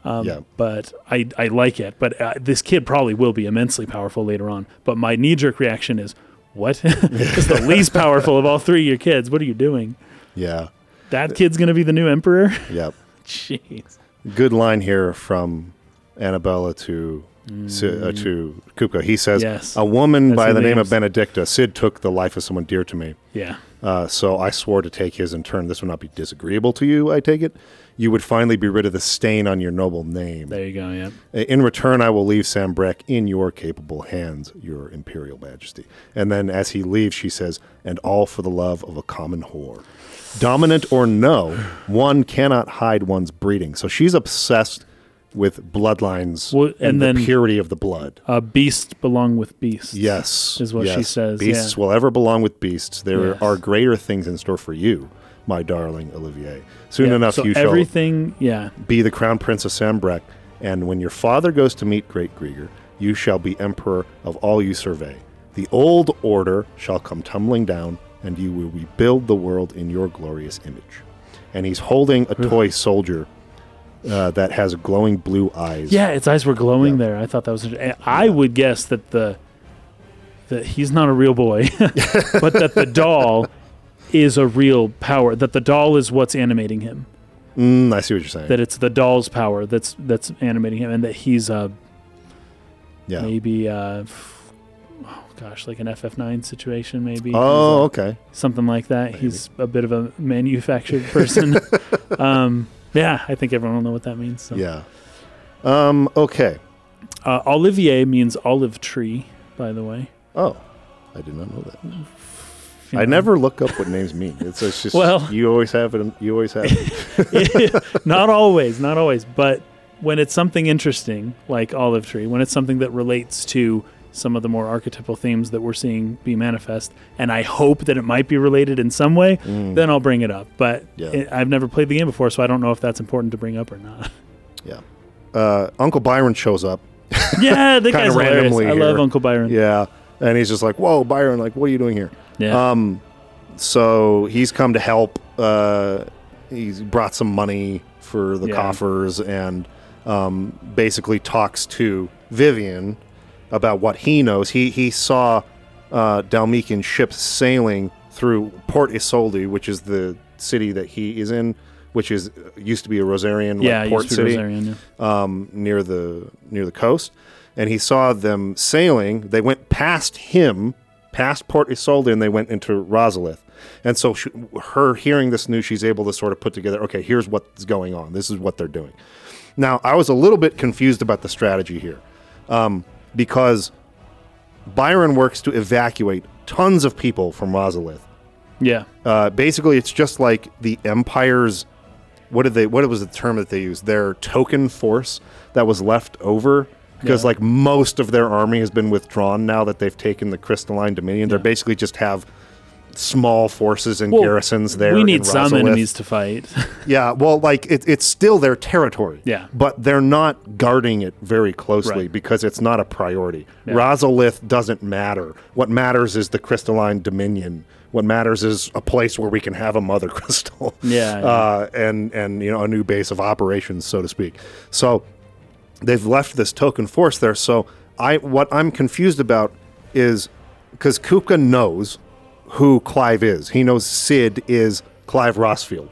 um,
yeah.
But I I like it. But uh, this kid probably will be immensely powerful later on. But my knee jerk reaction is, what? it's the least powerful of all three of your kids. What are you doing?
Yeah.
That kid's gonna be the new emperor.
Yep.
Jeez.
good line here from Annabella to Si- uh, to Kupka. He says,
Mm. Yes.
"A woman
That's
by
her
the name
name.
of Benedicta, Sid took the life of someone dear to me.
Yeah.
Uh, so I swore to take his in turn. This would not be disagreeable to you. I take it. You would finally be rid of the stain on your noble name.
There you go. Yeah.
In return, I will leave Sambrek in your capable hands, your imperial majesty. And then as he leaves, she says, and all for the love of a common whore. Dominant or no, one cannot hide one's breeding. So she's obsessed with bloodlines
Well, and
and, the
then-
purity of the blood.
uh, beasts belong with beasts.
Yes.
is what she
yes.
says,
Beasts
yeah.
will ever belong with beasts. There
Yes.
are greater things in store for you, my darling Olivier. Soon
Yeah,
enough,
so
you shall
everything. Yeah,
be the crown prince of Sambrek, and when your father goes to meet Great Grieger, you shall be emperor of all you survey. The old order shall come tumbling down, and you will rebuild the world in your glorious image. And he's holding a toy soldier uh, that has glowing blue eyes.
yeah. Its eyes were glowing there. I thought that was. and I would guess that the that he's not a real boy, but that the doll is a real power. That the doll is what's animating him.
Mm, I see what you're saying.
That it's the doll's power that's that's animating him, and that he's uh,
yeah.
maybe uh, f- oh gosh, like an FF9 situation, maybe. He's,
Oh,
uh,
okay.
something like that. He's a bit of a manufactured person. um, yeah, I think everyone will know what that means. So.
Yeah. Um, okay.
Uh, Olivier means olive tree, by the way.
Oh, I did not know that.
You
I
know,
never look up what names mean. It's, it's just
Well-
you always have it. You always have it.
not always, not always, but when it's something interesting like olive tree, when it's something that relates to some of the more archetypal themes that we're seeing be manifest, and I hope that it might be related in some way, then I'll bring it up. But
Mm. Yeah.
it, I've never played the game before, so I don't know if that's important to bring up or not.
Yeah. Uh, Uncle Byron shows up.
yeah, the
Kinda
guy's hilarious.
randomly
I love
here.
Uncle Byron.
Yeah. And he's just like, whoa, Byron, like, what are you doing here?
Yeah.
So he's come to help. Uh, he's brought some money for the
Yeah.
coffers and um, basically talks to Vivian about what he knows. He, he saw uh, Dalmekian ships sailing through Port Isolde, which is the city that he is in, which is used to be a Rosarian like,
yeah,
port
used to be
city
Rosarian, yeah.
um, near the near the coast, and he saw them sailing. They went past him, past Port Isolde, and they went into Rosalith. And so, she, her hearing this news, she's able to sort of put together. Okay, here's what's going on. This is what they're doing. Now, I was a little bit confused about the strategy here, um, because Byron works to evacuate tons of people from Rosalith.
Yeah.
Uh, basically, it's just like the Empire's. What did they? What was the term that they used? Their token force that was left over because like most of their army has been withdrawn now that they've taken the crystalline dominion. They are basically just have small forces and
Well,
garrisons there.
We
in
need some
Rosalith.
enemies to fight.
Yeah, well, like it, it's still their territory.
Yeah.
but they're not guarding it very closely
Right.
because it's not a priority. Rosalith doesn't matter. What matters is the crystalline dominion. What matters is a place where we can have a mother crystal.
Yeah, yeah.
Uh, and and you know a new base of operations, so to speak. So they've left this token force there. So I what I'm confused about is because Kupka knows who Clive is. He knows Sid is Clive Rossfield.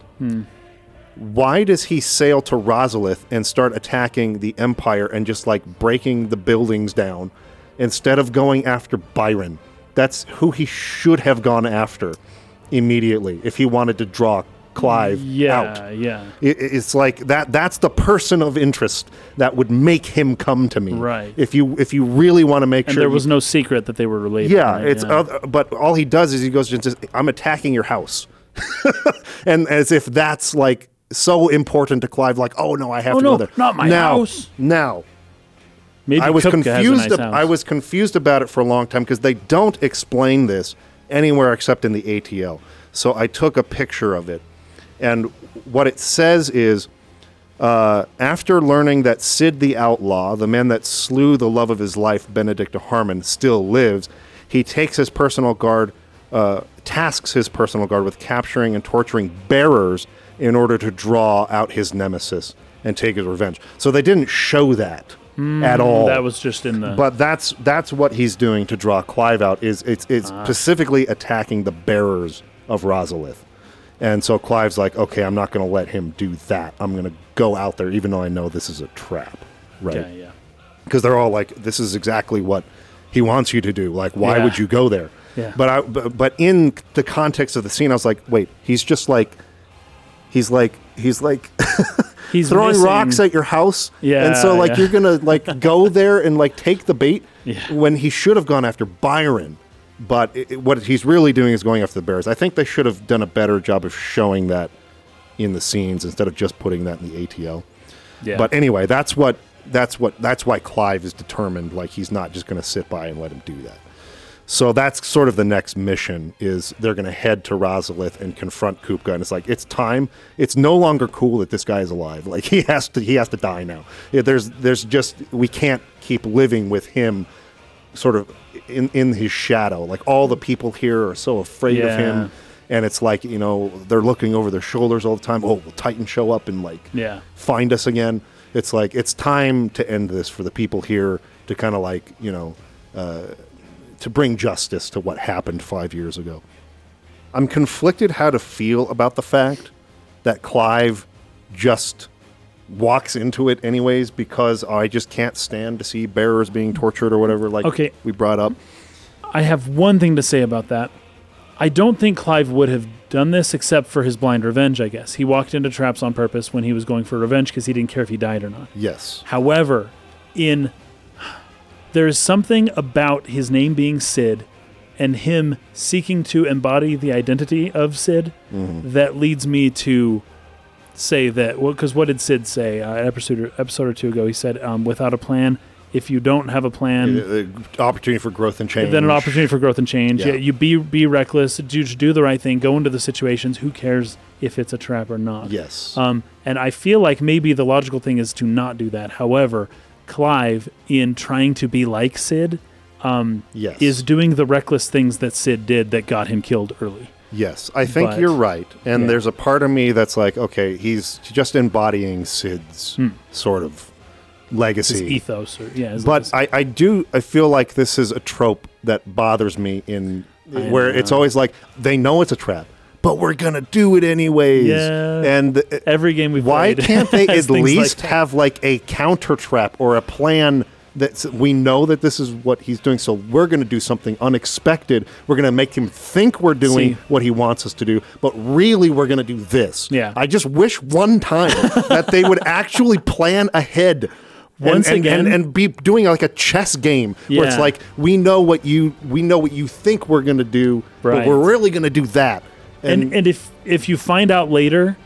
Why does he sail to Rosalith and start attacking the Empire and just like breaking the buildings down instead of going after Byron? That's who he should have gone after immediately if he wanted to draw Clive
yeah,
out.
yeah,
It, it- it's like that. That's the person of interest that would make him come to me.
Right.
If you if you really want to make
and
sure
there
you-
was no secret that they were related.
yeah,
right?
it's Other, but all he does is he goes and says, "I'm attacking your house," and as if that's like so important to Clive. Like, oh no, I have
Oh,
to
no,
go there.
not my
now,
house.
Now,
Maybe
I was
Kupka has a
confused.
nice
ab-
house.
I was confused about it for a long time because they don't explain this anywhere except in the ATL. So I took a picture of it, and what it says is. Uh, after learning that Sid the Outlaw, the man that slew the love of his life, Benedicta Harmon, still lives, he takes his personal guard, uh, tasks his personal guard with capturing and torturing bearers in order to draw out his nemesis and take his revenge. So they didn't show that at all.
Hmm, that was just in the.
But that's that's what he's doing to draw Clive out. Is it's it's
Ah.
specifically attacking the bearers of Rosalith, and so Clive's like, okay, I'm not going to let him do that. I'm going to go out there, even though I know this is a trap,
yeah,
right?
yeah.
Because they're all like, this is exactly what he wants you to do. Like, why
Yeah.
would you go there?
Yeah.
But I but, but in the context of the scene, I was like, wait, he's just like, he's like he's like
He's
throwing
missing-
rocks at your house.
Yeah,
And so like
yeah.
you're gonna like go there and like take the bait when he should have gone after Byron. But it, it- what he's really doing is going after the Bears. I think they should have done a better job of showing that in the scenes instead of just putting that in the ATL.
yeah.
But anyway, that's what that's what that's why Clive is determined. Like he's not just going to sit by and let him do that. So that's sort of the next mission is they're going to head to Rosalith and confront Kupka, and it's like it's time. It's no longer cool that this guy is alive. Like he has to he has to die now. Yeah, there's there's just we can't keep living with him, sort of in in his shadow. Like all the people here are so afraid of
Yeah.
him. And it's like, you know, they're looking over their shoulders all the time. Oh, will Titan show up and like
Yeah.
find us again. It's like it's time to end this for the people here to kind of like you know uh, to bring justice to what happened five years ago. I'm conflicted how to feel about the fact that Clive just walks into it anyways because I just can't stand to see bearers being tortured or whatever. Like
Okay.
we brought up.
I have one thing to say about that. I don't think Clive would have done this except for his blind revenge, I guess. He walked into traps on purpose when he was going for revenge because he didn't care if he died or not.
Yes.
However, in there is something about his name being Sid and him seeking to embody the identity of Sid that leads me to say that because what did Sid say uh, an episode or, episode or two ago? He said, um, "Without a plan, if you don't have a plan,
Uh, uh, opportunity for growth and change.
then an opportunity for growth and change.
Yeah.
Yeah. you be be reckless. Do do the right thing. Go into the situations. Who cares if it's a trap or not?
Yes.
Um, and I feel like maybe the logical thing is to not do that. However, Clive, in trying to be like Sid,
yes.
is doing the reckless things that Sid did that got him killed early.
Yes, I think
But-
you're right. And
Yeah.
there's a part of me that's like, okay, he's just embodying Sid's
Hmm.
sort of
His
legacy.
ethos, or yeah. his-
but I, I do I feel like this is a trope that bothers me in where it's always like they know it's a trap, but we're gonna do it anyways.
Yeah.
And uh,
every game we've
why
played
can't they
has
at
things like
least have like a counter trap or a plan that we know that this is what he's doing so we're going to do something unexpected we're going to make him think we're doing
See.
what he wants us to do but really we're going to do this
Yeah.
i just wish one time that they would actually plan ahead and-
Once
and,
again-
and, and be doing like a chess game where it's
Yeah.
like we know what you we know what you think we're going to do but
Right.
we're really going to do that
and and if if you find out later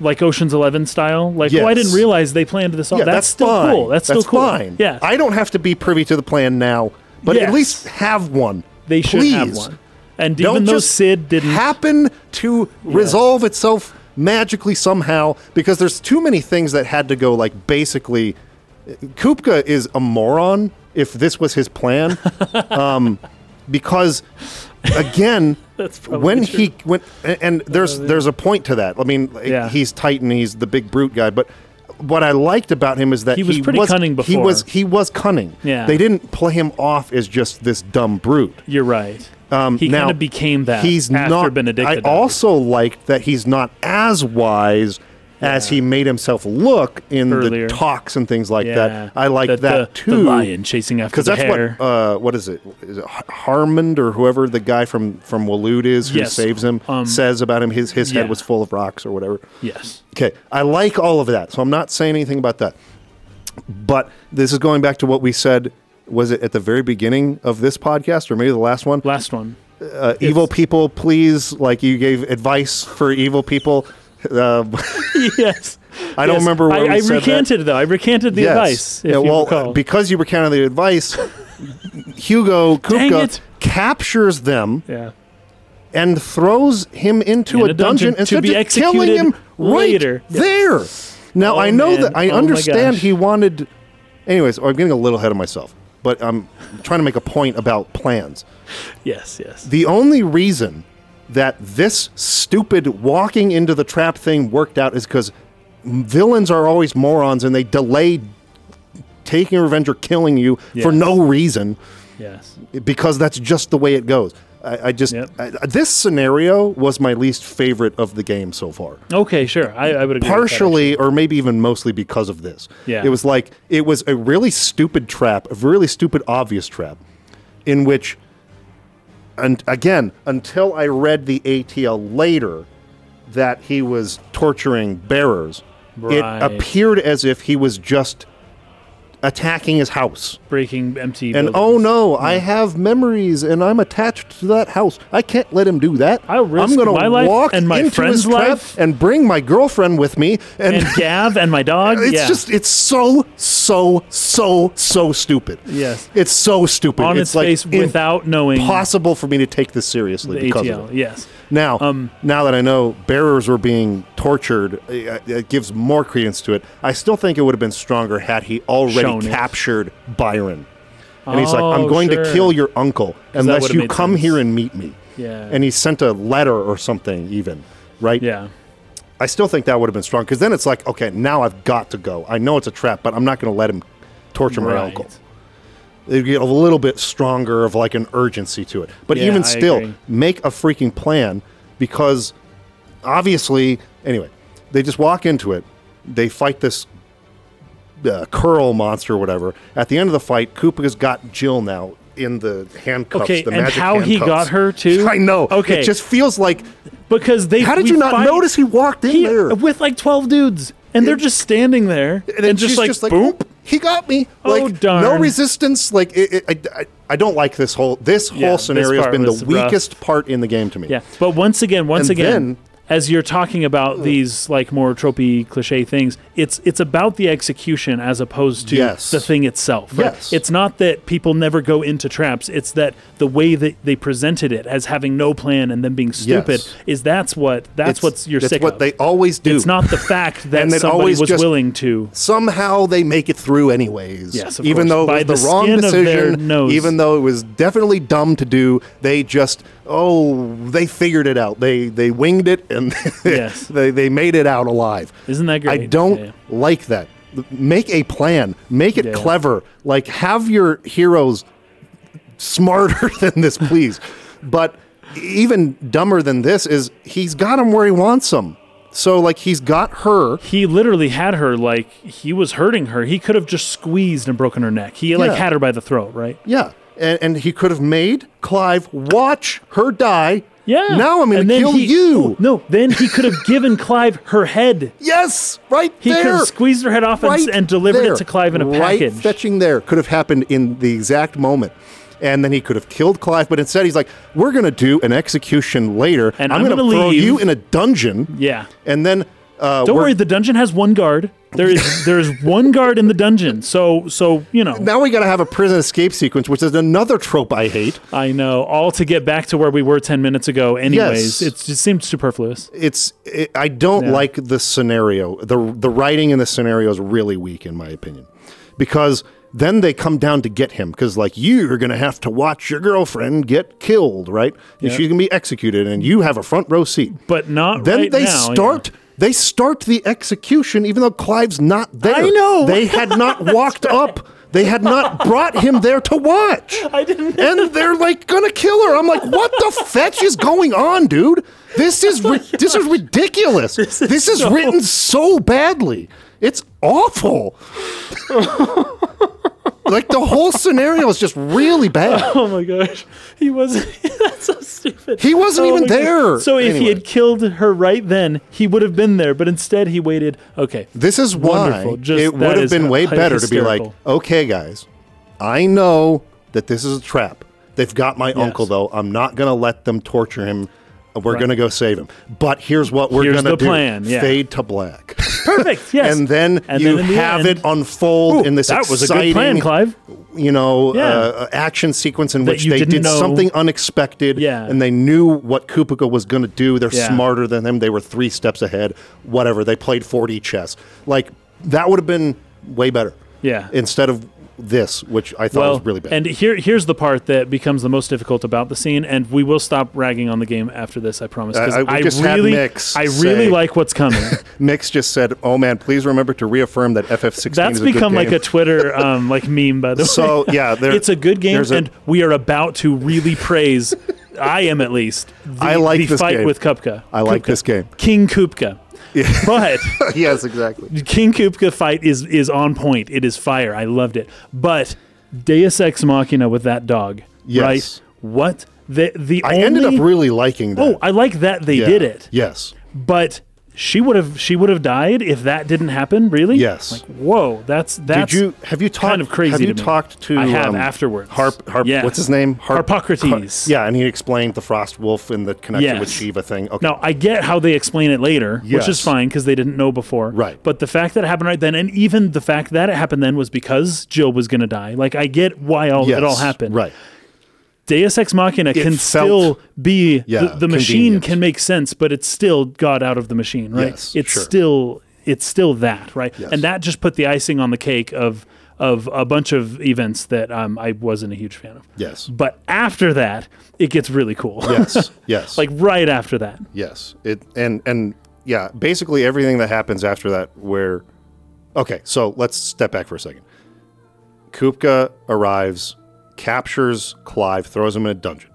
like Ocean's 11 style like oh I
Yes.
didn't realize they planned this all
Yeah,
that's, still
fine.
cool that's, still cool
fine.
yeah
I don't have to be privy to the plan now, but at
Yes.
least have one.
they should have
Please.
one and
Don't
even though
just
Sid didn't
happen to resolve itself magically somehow because there's too many things that had to go like basically. Kupka is a moron if this was his plan, um, because again, when
true.
he when a- and there's there's a point to that. I mean, like,
Yeah.
he's Titan, he's the big brute guy, but what I liked about him is that
He was pretty cunning
He
before.
was he was cunning.
Yeah.
they didn't play him off as just this dumb brute.
you're right
Um,
he
now,
kind of became that
He's
after
not.
Benedict
I also liked that he's not as wise as he made himself look in
Earlier.
the talks and things like
Yeah.
that. I like that,
the,
too.
The lion chasing after
Because
the
that's
hare.
what uh, what is it? Is it Har- Harmond or whoever the guy from from Walud is who
Yes.
saves him
Um,
says about him. His his
yeah.
head was full of rocks or whatever.
yes.
Okay, I like all of that, so I'm not saying anything about that. But this is going back to what we said. Was it at the very beginning of this podcast, or maybe the last one?
Last one.
Uh, evil people, please. Like you gave advice for evil people. Um,
yes.
I don't
Yes.
remember where
I,
we
I
said that.
recanted though. I recanted the
Yes.
advice. If
Yeah,
you
well, uh,
recall.
because you were counting the advice, Hugo
Dang
Kupka
it.
captures them
yeah.
and throws him into
In
a,
a dungeon
dungeon,
to
instead
be
of killing
executed
him right
later. Yeah.
there. Now
Oh,
I know
man.
that I
Oh, my
understand
gosh.
he wanted. Anyways, I'm getting a little ahead of myself, but I'm trying to make a point about plans.
Yes. Yes.
The only reason that this stupid walking into the trap thing worked out is because villains are always morons and they delay taking revenge or killing you for
Yes.
no reason
Yes.
because that's just the way it goes. I, I just
Yep.
I, this scenario was my least favorite of the game so far.
Okay. Sure. I, I would agree. with that,
Partially, or maybe even mostly, because of this.
Yeah.
It was like it was a really stupid trap, a really stupid, obvious trap, in which, and again, until I read the ATL later, that he was torturing bearers,
Right.
it appeared as if he was just attacking his house.
actually. breaking empty.
And
buildings.
oh no, I have memories, and I'm attached to that house. I can't let him do that.
I'll risk
I'm gonna
my life
walk
and my
into
friend's
his trap
life.
and bring my girlfriend with me. And,
and Gav and my dog.
it's
yeah.
just it's so so so so stupid.
Yes.
it's so stupid.
on
it's
its
like
face without knowing
impossible for me to take this seriously
the
because of
ATL.
it.
Yes.
Now,
Um,
now that I know bearers were being tortured, it, it gives more credence to it. I still think it would have been stronger had he
Shown
already
it.
captured Byron. And he's like,
Oh,
I'm going
sure.
to kill your uncle unless
would've
you
made
come
sense.
here and meet me.
Yeah.
And he sent a letter or something, even, right?
Yeah.
I still think that would have been strong because then it's like, okay, now I've got to go. I know it's a trap, but I'm not going to let him torture my
Right.
uncle. It'd get a little bit stronger of like an urgency to it. But
Yeah,
even
I
still,
agree.
make a freaking plan because obviously, anyway, they just walk into it. They fight this uh, curl monster or whatever. At the end of the fight, Koopa's got Jill now in the handcuffs.
Okay,
the
and
magic
how he
handcuffs.
got her, too?
I know.
Okay.
it just feels like.
Because they.
How did
we
you not
fight-
notice he walked in
He-
there?
with like twelve dudes, and they're just standing there, and,
then
just
she's
like, boom.
"Oop, he got me.
Oh,
Like no
darn.
resistance. Like it, it, I, I, I don't like this whole this
Yeah,
whole
this
scenario has
part
been
was
the
rough.
weakest part in the game to me.
Yeah, but once again, once
And
again,
then-
as you're talking about these like more tropey cliche things, it's it's about the execution as opposed to
Yes.
the thing itself. right?
Yes.
it's not that people never go into traps. It's that the way that they presented it as having no plan and then being stupid
Yes.
is that's what that's
It's-
what's you're
that's
sick
what
of.
they always do.
it's not the fact that
And it
somebody
always
was
just-
willing to.
somehow they make it through anyways.
Yes, of course.
even though
By
it was
the
the, wrong
skin of their
decision,
nose.
even though it was definitely dumb to do, they just oh they figured it out. They they winged it and
Yes.
they they made it out alive.
Isn't that
I
great?
don't
Yeah.
like that. Make a plan. Make it
Yeah.
clever. Like have your heroes smarter than this, please. but even dumber than this is he's got him where he wants him. So like he's got her.
He literally had her like he was hurting her. He could have just squeezed and broken her neck. He like
Yeah.
had her by the throat, right?
Yeah. And, and he could have made Clive watch her die.
Yeah.
Now I'm going
And
to
then
kill
he- Oh,
you.
No, then he could have given Clive her head.
Yes, right
He
there.
could have squeezed her head off and, s- and delivered
there.
it to Clive in a
right
package.
Fetching there could have happened in the exact moment. And then he could have killed Clive, but instead he's like, "We're going to do an execution later,
And
I'm,
I'm
going
gonna
to throw
leave."
you in a dungeon."
Yeah.
And then, uh,
Don't
we're-
worry, the dungeon has one guard. There is there is one guard in the dungeon. So so you know.
Now we got to have a prison escape sequence, which is another trope I hate.
I know. All to get back to where we were ten minutes ago. Anyways,
Yes.
it's it seemed superfluous.
It's it, I don't
Yeah.
like the scenario. the The writing in the scenario is really weak, in my opinion, because then they come down to get him because like you're gonna have to watch your girlfriend get killed, right? And She's gonna be executed, and you have a front row seat.
But not
then
right
they
now, yeah.
start. They start the execution, even though Clive's not there.
I know.
They had not walked up. They had not brought him there to watch
I didn't.
and they're like gonna kill her. I'm like, what the fetch is going on, dude? This is
Oh
ri- this is ridiculous. This is, written so badly. It's awful. like the whole scenario is just really bad.
Oh my gosh, he wasn't. That's so stupid.
He wasn't even
Oh my gosh.
there.
So if he
Anyway.
had killed her right then, he would have been there. But instead, he waited. Okay,
This is why
Wonderful. Just- that
it would have
is
been way
hy-
better to be like,
hysterical.
okay, guys, I know that this is a trap. They've got my uncle, though. I'm not going to let them torture him. We're going to go save him. But here's what we're
Here's
going to
the
do
plan, yeah.
fade to black.
perfect. Yes.
and then you
in the
have
end,
it unfold
Ooh,
in this
that was a
exciting,
good plan, Clive.
you know,
Yeah.
uh, action sequence in which
you
they
didn't
did
know.
something unexpected,
Yeah.
and they knew what Kupika was going to do. They're
Yeah.
smarter than him. They were three steps ahead. Whatever. They played 4D chess. Like that would have been way better.
Yeah.
Instead of this, which I thought was really bad.
And here, here's the part that becomes the most difficult about the scene, and we will stop ragging on the game after this, I promise. 'cause
I- I- we just had
really,
Nyx
I
say-
really like what's coming.
Mix just said, "Oh man, please remember to reaffirm that FF16
That's
is a good
become like
game."
a Twitter um, like meme, by the way.
so yeah, there,
it's a good game,
there's a-
and we are about to really praise. I am at least. The,
I like
the
this
fight
game.
with Kupka.
I like
Kupka.
this game.
King Kupka. But
yes, exactly.
King Kupka fight is is on point. It is fire. I loved it. But Deus Ex Machina with that dog.
Yes.
Right? What the the
I
only,
ended up really liking that.
Oh, I like that they
Yeah.
did it.
Yes.
But she would have she would have died if that didn't happen, really?
Yes.
Like, whoa, that's that's
Did you have you talked
kind of crazy
Have
to
you
me.
talked to
I have
um,
afterwards.
Harp Harp
Yeah.
what's his name? Harp,
Harpocrates.
yeah, and he explained the Frost Wolf and the connection with
Yes.
Shiva thing. Okay.
Now I get how they explain it later, which
Yes.
is fine because they didn't know before.
Right.
But the fact that it happened right then, and even the fact that it happened then, was because Jill was going to die. Like I get why all
Yes,
it all happened.
Right.
Deus Ex Machina can
felt-
still be
Yeah,
the, the machine
convenient.
can make sense, but it's still God out of the machine, right?
Yes,
it's
sure.
still it's still that, right? And that just put the icing on the cake of of a bunch of events that um, I wasn't a huge fan of.
Yes.
But after that, it gets really cool.
Yes. Yes.
like right after that.
yes. It and and yeah, basically everything that happens after that where Okay, so let's step back for a second. Kupka arrives, captures Clive, throws him in a dungeon.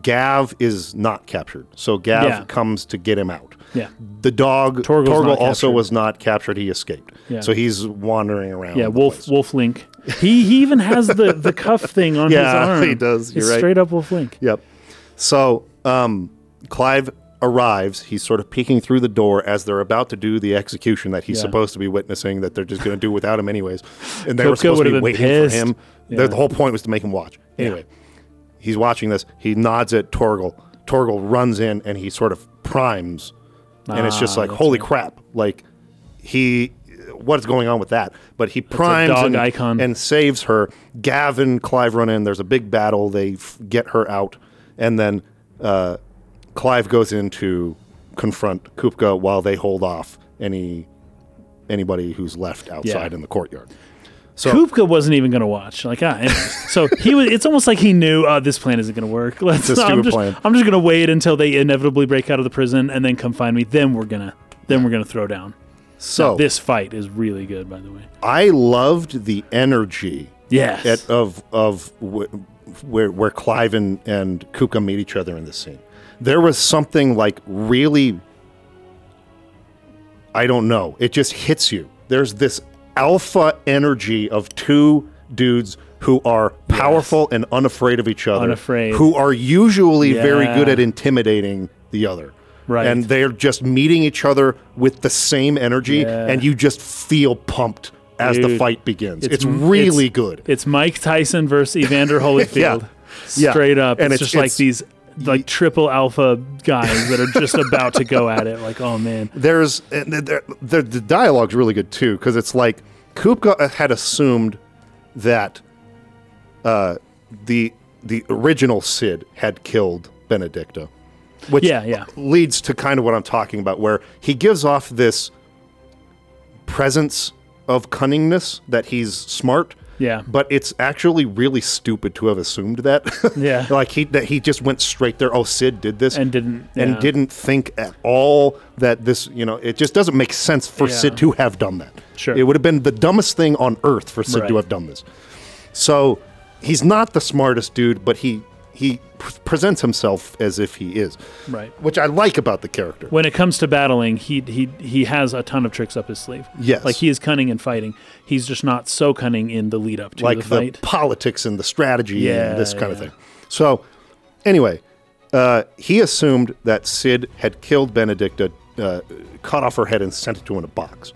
Gav is not captured. So Gav
Yeah.
comes to get him out.
Yeah.
The dog
Torgo's
Torgo
not
also
captured.
was not captured. He escaped.
Yeah.
So he's wandering around.
Yeah,
the
Wolf
place.
Wolf Link. He he even has the the cuff thing on
Yeah,
his arm.
he does,
He's
you're right.
straight up Wolf Link.
Yep. So um, Clive arrives. He's sort of peeking through the door as they're about to do the execution that he's
Yeah.
supposed to be witnessing. That they're just going to do without him anyways. And they were
Kupka
supposed
would
to
have
be
been
waiting
pissed.
for him. The-
Yeah.
The whole point was to make him watch. Anyway, he's watching this. He nods at Torgel. Torgel runs in and he sort of primes. And it's just
Ah,
like,
that's
holy crap! Like he what's going on with that but he primes
dog
and,
icon.
and saves her gavin clive run in there's a big battle they f- get her out and then uh, clive goes in to confront kupka while they hold off any anybody who's left outside in the courtyard So-
Kupka wasn't even going to watch. Like, ah, anyway. so he was. It's almost like he knew uh, this plan isn't going to work. Let's.
It's a
I'm
stupid
just.
plan.
I'm just going to wait until they inevitably break out of the prison and then come find me. Then we're gonna. Then we're gonna throw down.
so
This fight is really good, by the way.
i loved the energy
Yes.
at, of of wh- where where Clive and, and Kuka meet each other in this scene. There was something like really I don't know. It just hits you. There's this alpha energy of two dudes who are powerful and unafraid of each other.
Unafraid.
Who are usually very
Yeah.
good at intimidating the other.
Right.
And they're just meeting each other with the same energy
Yeah.
and you just feel pumped as the
Dude,
fight begins.
it's-
It's, really good.
it's Mike Tyson versus Evander Holyfield.
Yeah.
Straight up,
And
it's,
it's-
just like
it's-
these like triple alpha guys that are just about to go at it. Like, oh man.
there's and th- there, the, the dialogue's really good too because it's like Kupka had assumed that uh, the the original Sid had killed Benedicta, which
Yeah, yeah.
leads to kind of what I'm talking about, where he gives off this presence of cunningness that he's smart.
Yeah.
But it's actually really stupid to have assumed that.
Yeah.
like he that he just went straight there. Oh, Sid did this
And didn't-
and
yeah.
didn't think at all that this, you know, it just doesn't make sense for
Yeah.
Sid to have done that.
Sure.
It would have been the dumbest thing on earth for Sid
Right.
to have done this. So he's not the smartest dude, but he he p- presents himself as if he is,
Right.
which I like about the character.
When it comes to battling, he he he has a ton of tricks up his sleeve.
Yes.
Like he is cunning in fighting. He's just not so cunning in the lead up to
like
the
the,
fight.
politics and the strategy
Yeah,
and this kind of
yeah.
thing. So, anyway, uh, he assumed that Sid had killed Benedicta, uh, cut off her head, and sent it to her in a box.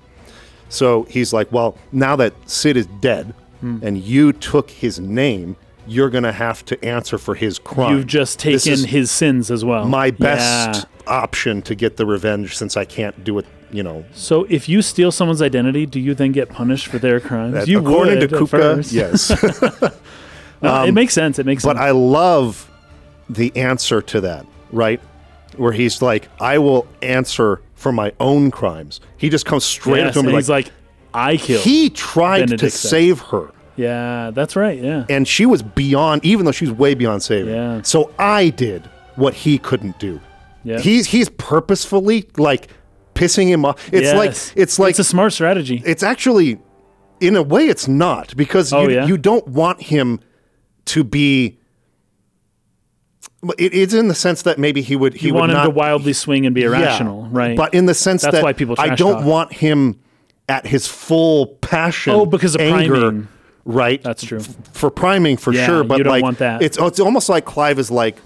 So he's like, "Well, now that Sid is dead,
Hmm.
and you took his name, you're gonna have to answer for his crime.
You've just
This
taken
is
his sins as well.
my
Yeah.
best option to get the revenge, since I can't do it. You know,
So if you steal someone's identity, do you then get punished for their crimes? you
according
would
to
at
Kupka,
first.
yes."
No, it makes sense. It makes
But
sense.
I love the answer to that, right? Where he's like, I will answer for my own crimes. He just comes straight
Yes,
up to him
and
and
he's like, I killed.
he tried to
Benedicta."
save her.
yeah, that's right. Yeah.
And she was beyond, even though she was way beyond saving.
Yeah.
So I did what he couldn't do.
Yeah.
He's he's purposefully like pissing him off. It's
Yes.
like it's like
it's a smart strategy.
it's actually in a way it's not because
Oh,
you,
yeah?
you don't want him to be it is in the sense that maybe he would he
you
would
want him
not
to wildly swing and be
yeah.
irrational, right?
but in the sense
That's
that
why people
I
trash
don't
talk.
want him at his full passion
Oh, because of
anger,
priming.
right
That's true.
for priming for
Yeah,
sure but
you don't
like
want that.
it's it's almost like Clive is like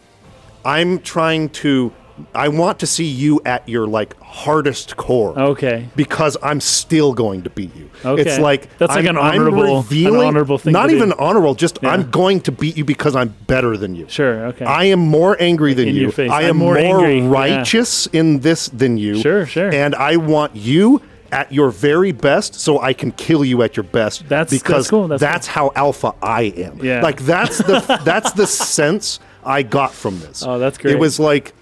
I'm trying to I want to see you at your like hardest core
okay.
because I'm still going to beat you.
Okay.
It's like
That's like an
I'm- I'm
honorable- an
revealing-
honorable thing
Not
to
even
do.
honorable. Just
Yeah.
I'm going to beat you because I'm better than you.
Sure. Okay.
I am more angry than
In
you.
your face.
I
I'm
am
more
more,
angry. Yeah.
righteous in this than you.
Sure, sure.
And I want you at your very best so I can kill you at your best.
That's- that's
because
cool, that's
how alpha I am.
Yeah.
Like that's the that's the sense I got from this.
Oh, that's
It
great.
was like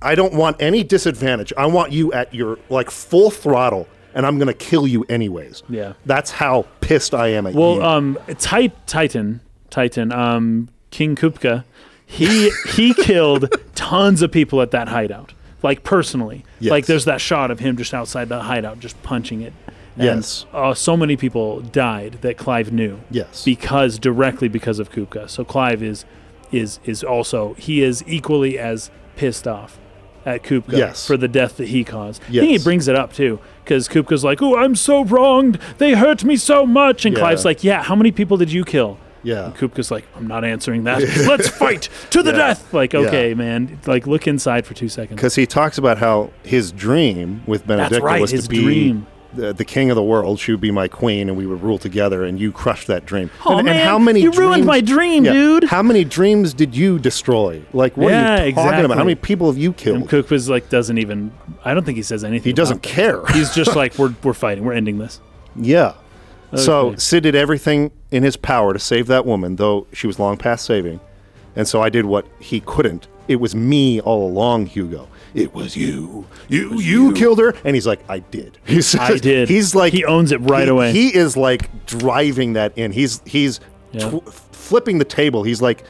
I don't want any disadvantage. I want you at your like full throttle and I'm going to kill you anyways.
Yeah.
That's how pissed I am at
well,
you.
um, Ti- Titan, Titan, um, King Kupka, he he killed tons of people at that hideout. Like personally,
Yes.
like there's that shot of him just outside the hideout, just punching it. And,
Yes.
uh, so many people died that Clive knew.
Yes.
because directly because of Kupka. So Clive is is is also he is equally as pissed off at Kupka
Yes.
for the death that he caused. I think he
Yes.
brings it up too because Kupka's like, "Oh, I'm so wronged. They hurt me so much." And
Yeah.
Clive's like, "Yeah, how many people did you kill?"
yeah.
And Kupka's like, "I'm not answering that. Let's fight to the
Yeah.
death." Like,
Yeah.
okay, man. Like, look inside for two seconds.
because he talks about how his dream with Benedicta
right,
was
his
to be
dream.
The, the king of the world. She would be my queen, and we would rule together. And you crushed that dream.
Oh,
and, and
man,
how many?
you ruined
dreams-
my dream, dude.
How many dreams did you destroy? Like, what
Yeah,
are you talking about? How
exactly.
many people have you
And
killed?
Kupka's like, doesn't even. I don't think he says anything.
He doesn't
about
care.
that. He's just like, "We're we're fighting. We're ending this."
yeah. So
Okay.
Sid did everything in his power to save that woman, though she was long past saving. And so I did what he couldn't. It was me all along, Hugo. It was you. You you, killed her, and he's like, I did. He says,
I did.
He's like,
He owns it right
he-
away.
He is like driving that in. He's he's
Yeah.
tw- flipping the table. He's like,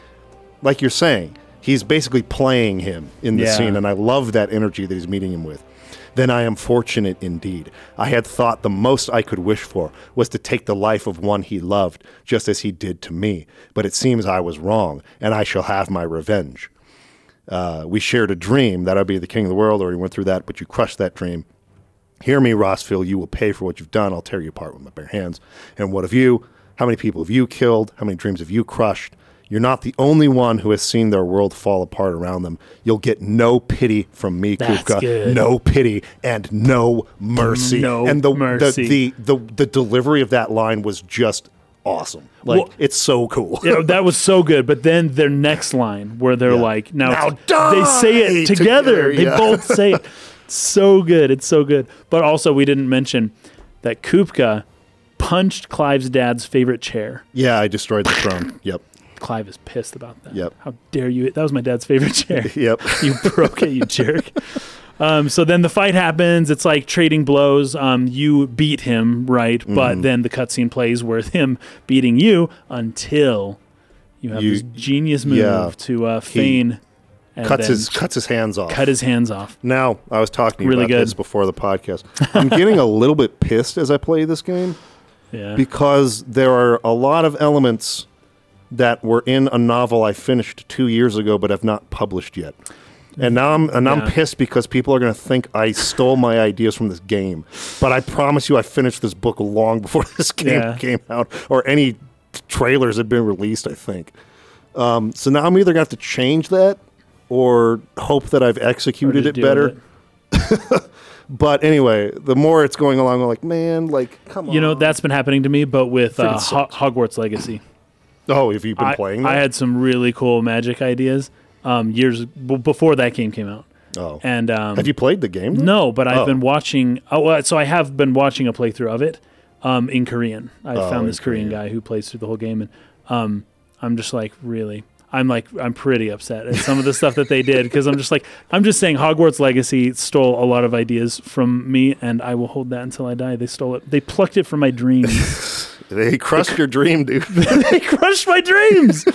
like you're saying, he's basically playing him in the
Yeah.
scene, and I love that energy that he's meeting him with. Then I am fortunate indeed. I had thought the most I could wish for was to take the life of one he loved, just as he did to me. But it seems I was wrong, and I shall have my revenge. Uh, we shared a dream that I'd be the king of the world, or he went through that, but you crushed that dream. Hear me, Rossville, you will pay for what you've done. I'll tear you apart with my bare hands. And what of you? How many people have you killed? How many dreams have you crushed? You're not the only one who has seen their world fall apart around them. You'll get no pity from me,
That's
Kupka.
good.
No pity and no mercy.
No
and the,
mercy.
The, the the the delivery of that line was just awesome. Like
Well-
it's so cool.
you know, that was so good. But then their next line, where they're like, now,
Now
it's- they say it
die
together.
together,
They
yeah.
both say it. So good. It's so good. But also, we didn't mention that Kupka punched Clive's dad's favorite chair.
yeah, I destroyed the throne. Yep.
Clive is pissed about that.
Yep.
How dare you? That was my dad's favorite chair.
Yep.
you broke it, you jerk. Um, so then the fight happens. It's like trading blows. Um, you beat him, right?
Mm-hmm.
But then the cutscene plays with him beating you until you have
You-
this genius move
yeah.
to uh, feign and
Cuts
then
his cuts his hands off.
cut his hands off.
Now, I was talking to you
Really
about
good.
this before the podcast. I'm getting a little bit pissed as I play this game
Yeah.
because there are a lot of elements that were in a novel I finished two years ago but have not published yet. And now I'm and I'm
Yeah.
pissed because people are going to think I stole my ideas from this game. But I promise you, I finished this book long before this game
Yeah.
came out or any trailers had been released. I think. Um, so now I'm either going to have to change that or hope that I've
Or
executed
just
it
deal with
better.
it.
But anyway, the more it's going along, I'm like, man, like, come on.
You know, that's been happening to me, but with uh,
Freaking
Ho- Hogwarts Legacy.
Oh, have you been
I,
playing
I
that?
had some really cool magic ideas um, years b- before that game came out.
oh.
And um,
have you played the game?
No, but I've
Oh.
been watching. Oh, well, so I have been watching a playthrough of it um, in Korean. I
Oh, in
found this Korean guy who plays through the whole game, and um, I'm just like, really. I'm like, I'm pretty upset at some of the stuff that they did because I'm just like, I'm just saying Hogwarts Legacy stole a lot of ideas from me, and I will hold that until I die. They stole it. They plucked it from my dreams.
They crushed your dream, dude.
they crushed my dreams.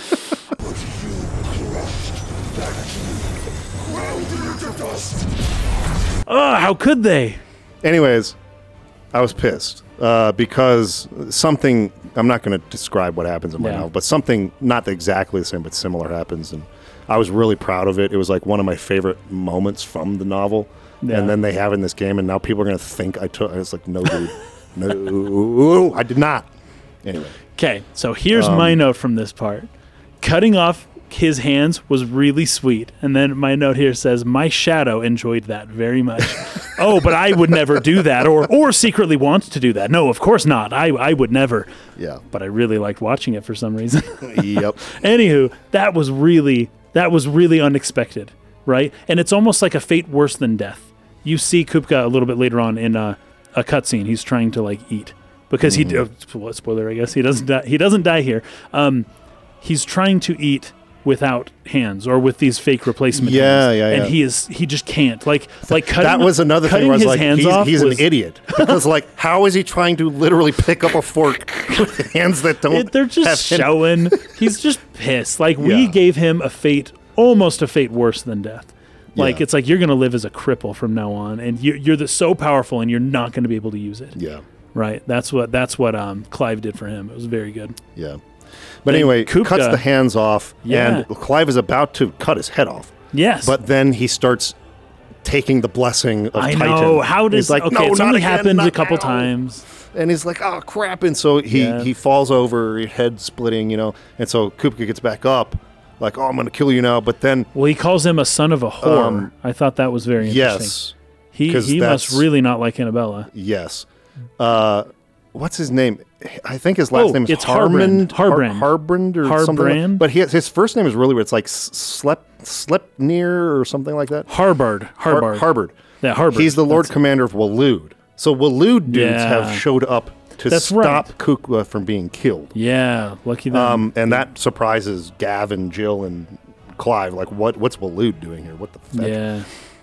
Oh, how could they?
Anyways, I was pissed uh, because something. I'm not going to describe what happens in my
Yeah.
novel, but something not exactly the same but similar happens, and I was really proud of it. It was like one of my favorite moments from the novel,
Yeah.
and then they have in this game, and now people are going to think I took. It's like no, dude, no, I did not. Anyway,
Okay, so here's my note from this part. Cutting off his hands was really sweet. And then my note here says, My shadow enjoyed that very much. oh, but I would never do that or, or secretly want to do that. No, of course not. I, I would never.
yeah,
But I really liked watching it for some reason.
yep.
Anywho, that was really that was really unexpected, right? And it's almost like a fate worse than death. You see Kupka a little bit later on in a, a cutscene. He's trying to like eat because
Mm-hmm.
he oh, spo- spoiler, I guess he doesn't die, he doesn't die here. Um, he's trying to eat without hands or with these fake replacement
Yeah,
hands,
yeah,
and
yeah.
he is he just can't like like cutting,
that was another
cutting
thing where I was
his
like,
hands
he's,
off
he's
was-
an idiot. Because, like, how is he trying to literally pick up a fork with hands that don't
It- they're
have
just
hand-
showing. He's just pissed. Like we
Yeah.
gave him a fate, almost a fate worse than death. Like
Yeah.
it's like you're gonna live as a cripple from now on, and you're, you're the, so powerful, and you're not gonna be able to use it.
Yeah,
Right? That's what that's what um, Clive did for him. It was very good.
yeah. But anyway,
Kupka-
cuts the hands off,
Yeah.
and Clive is about to cut his head off.
Yes,
But then he starts taking the blessing of
I
Titan.
know how does
he's like,
okay?
no,
it's
not
only
again,
happened
not
a couple
now."
times.
And he's like, oh, crap. And so he,
Yeah.
he falls over, head splitting, you know. And so Kupka gets back up, like, oh, I'm going to kill you now. But then,
Well, he calls him a son of a whore.
Um,
I thought that was very interesting.
yes.
he
'cause
he must
that's-
really not like Annabella.
Yes. Uh, what's his name? I think his last
Oh,
name is
it's Harbrand.
Harmond.
Harbrand.
Harbrand or something. like-
Harbrand?
but he, his first name is really weird. It's like Slep Slepnir or something like that.
Harbard, Harbard,
Harbard.
Yeah, Harbard.
He's the Lord Commander of Walud. So Walud dudes
Yeah.
have showed up to
That's right.
stop Kukla from being killed.
yeah, lucky them.
Um, and that surprises Gav and Jill and Clive. Like, what? What's Walud doing here? What the? Fuck?
yeah.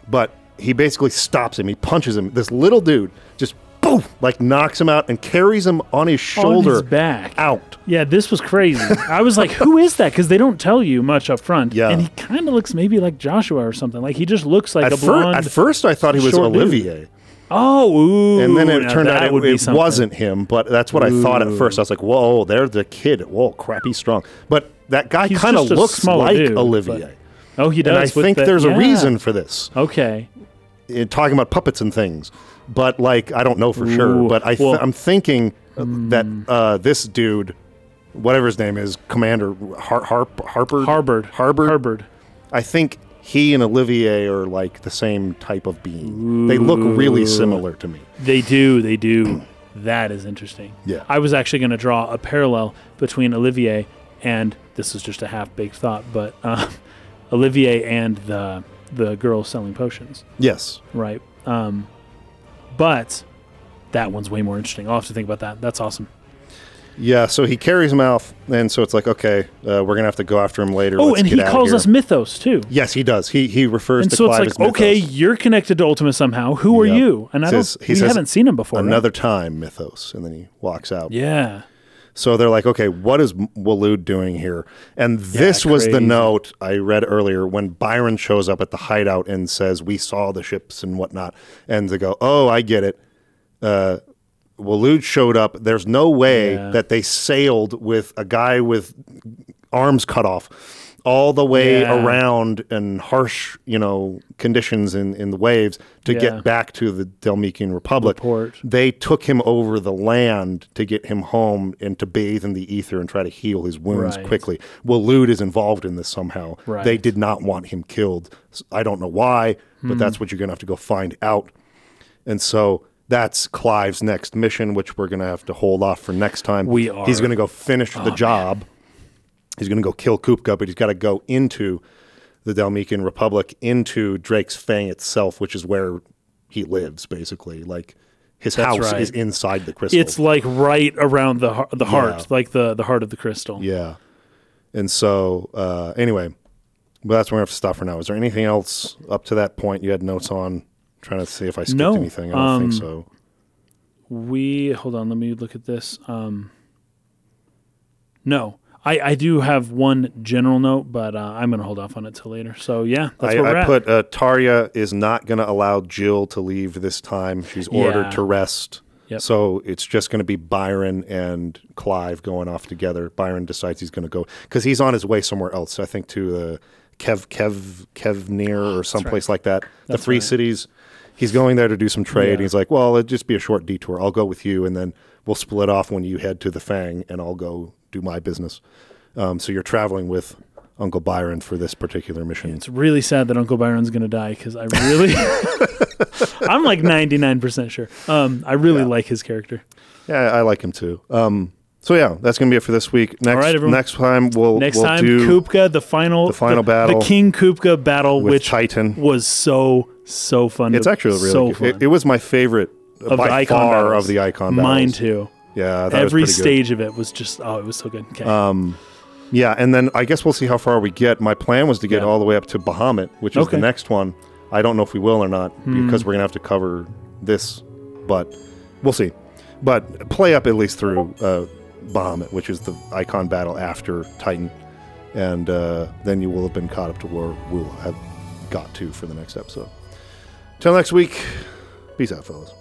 but he basically stops him. He punches him. This little dude just boom, like knocks him out and carries him on his shoulder
on his back.
out.
Yeah, this was crazy. I was like, "Who is that?" Because they don't tell you much up front.
Yeah.
and he kind of looks maybe like Joshua or something. Like he just looks like
At,
a
fir-
blonde.
at first, I thought he was
short dude.
Olivier,
oh, ooh,
and then it
now
turned out
that
it,
would be
it
something.
wasn't him. But that's what I thought at first. I was like, "Whoa, they're the kid. Whoa, crap, he's strong." But that guy
He's
kind of
just a
looks
smaller
like
dude,
Olivier,
Oh, he does.
and I
with
think
the-
there's
yeah.
a reason for this.
Okay,
in uh, talking about puppets and things, but like I don't know for
Ooh,
sure. But I th-
well- Hmm.
I'm thinking uh, that uh, this dude, whatever his name is, Commander Har- Harp Harper
Harbard,
Harbor.
Harbard.
I think he and Olivier are like the same type of being. They look really similar to me.
They do. They do. that is interesting.
Yeah.
I was actually going to draw a parallel between Olivier and this is just a half-baked thought, but um, Olivier and the the girl selling potions.
Yes.
right? Um, but that one's way more interesting. I'll have to think about that. That's awesome.
Yeah. So he carries him off, and so it's like, okay, uh, we're gonna have to go after him later.
Oh,
Let's
and he
get outta
calls
here.
us Mythos too.
Yes, he does. He he refers
And
to
so it's
Clive
like,
as mythos.
okay, you're connected to Ultima somehow. Who are
Yep.
you? And I
Says-
don't.
he
we
says
haven't seen him before. right?
Another time, mythos, and then he walks out.
Yeah.
So they're like, okay, what is M- Walud doing here? And this was the
crazy.
note I read earlier when Byron shows up at the hideout and says, we saw the ships and whatnot. And they go, oh, I get it. Uh, Walud showed up. There's no way
Yeah.
that they sailed with a guy with arms cut off all the way
Yeah.
around and harsh, you know, conditions in, in the waves to
Yeah.
get back to the Delmekian Republic.
Report.
They took him over the land to get him home and to bathe in the ether and try to heal his wounds
Right.
quickly. Well, Lude is involved in this somehow.
Right.
They did not want him killed. S- I don't know why, but that's
Hmm.
what you're going to have to go find out. And so that's Clive's next mission, which we're going to have to hold off for next time.
We are. Oh,
He's going to go finish the job. He's going to go kill Kupka, but he's got to go into the Dalmatian Republic, into Drake's Fang itself, which is where he lives, basically. Like his
That's
house
right.
is inside the crystal.
It's like right around the har- the heart,
Yeah.
like the the heart of the crystal.
yeah. And so, uh, anyway, but that's where we have to stop for now. Is there anything else up to that point you had notes on? trying to see if I skipped
No, um,
anything. I don't think so.
We hold on. Let me look at this. Um, no, I I do have one general note, but uh, I'm gonna hold off on it till later. So yeah, that's
I,
where we're
I
at.
put uh, Tarya is not going to allow Jill to leave this time. She's ordered
Yeah.
to rest.
Yep.
So it's just going to be Byron and Clive going off together. Byron decides he's going to go because he's on his way somewhere else. I think to uh, Kev Kev Kevnir or someplace like that. the Free
right.
Cities. He's going there to do some trade.
Yeah.
And he's like, "Well, it'd just be a short detour. I'll go with you, and then we'll split off when you head to the Fang, and I'll go do my business." Um, so you're traveling with Uncle Byron for this particular mission.
It's really sad that Uncle Byron's gonna die because I really, I'm like 99 percent sure. Um, I really like his character.
Yeah, I like him too. Um, so yeah, that's gonna be it for this week. Next,
right, everyone.
next time we'll
Next
we'll
time,
do
Kupka, the final,
the final
the
battle
King Kupka battle,
with
which
Titan.
was so so fun.
It's
to-
actually really
so
good. It,
fun.
it was my favorite
Of
by
the icon
far
battles.
of the icon.
Mine
battles.
too.
Yeah, I thought it was
Every
pretty good.
stage of it was just oh, it was so good. Okay.
Yeah, and then I guess we'll see how far we get. My plan was to get
Yeah.
all the way up to Bahamut, which is
Okay. Hmm.
the next one. I don't know if we will or not because we're gonna have to cover this, but we'll see. But play up at least through uh, Bahamut, which is the icon battle after Titan, and uh, then you will have been caught up to where we'll have got to for the next episode. Till next week, peace out, fellas.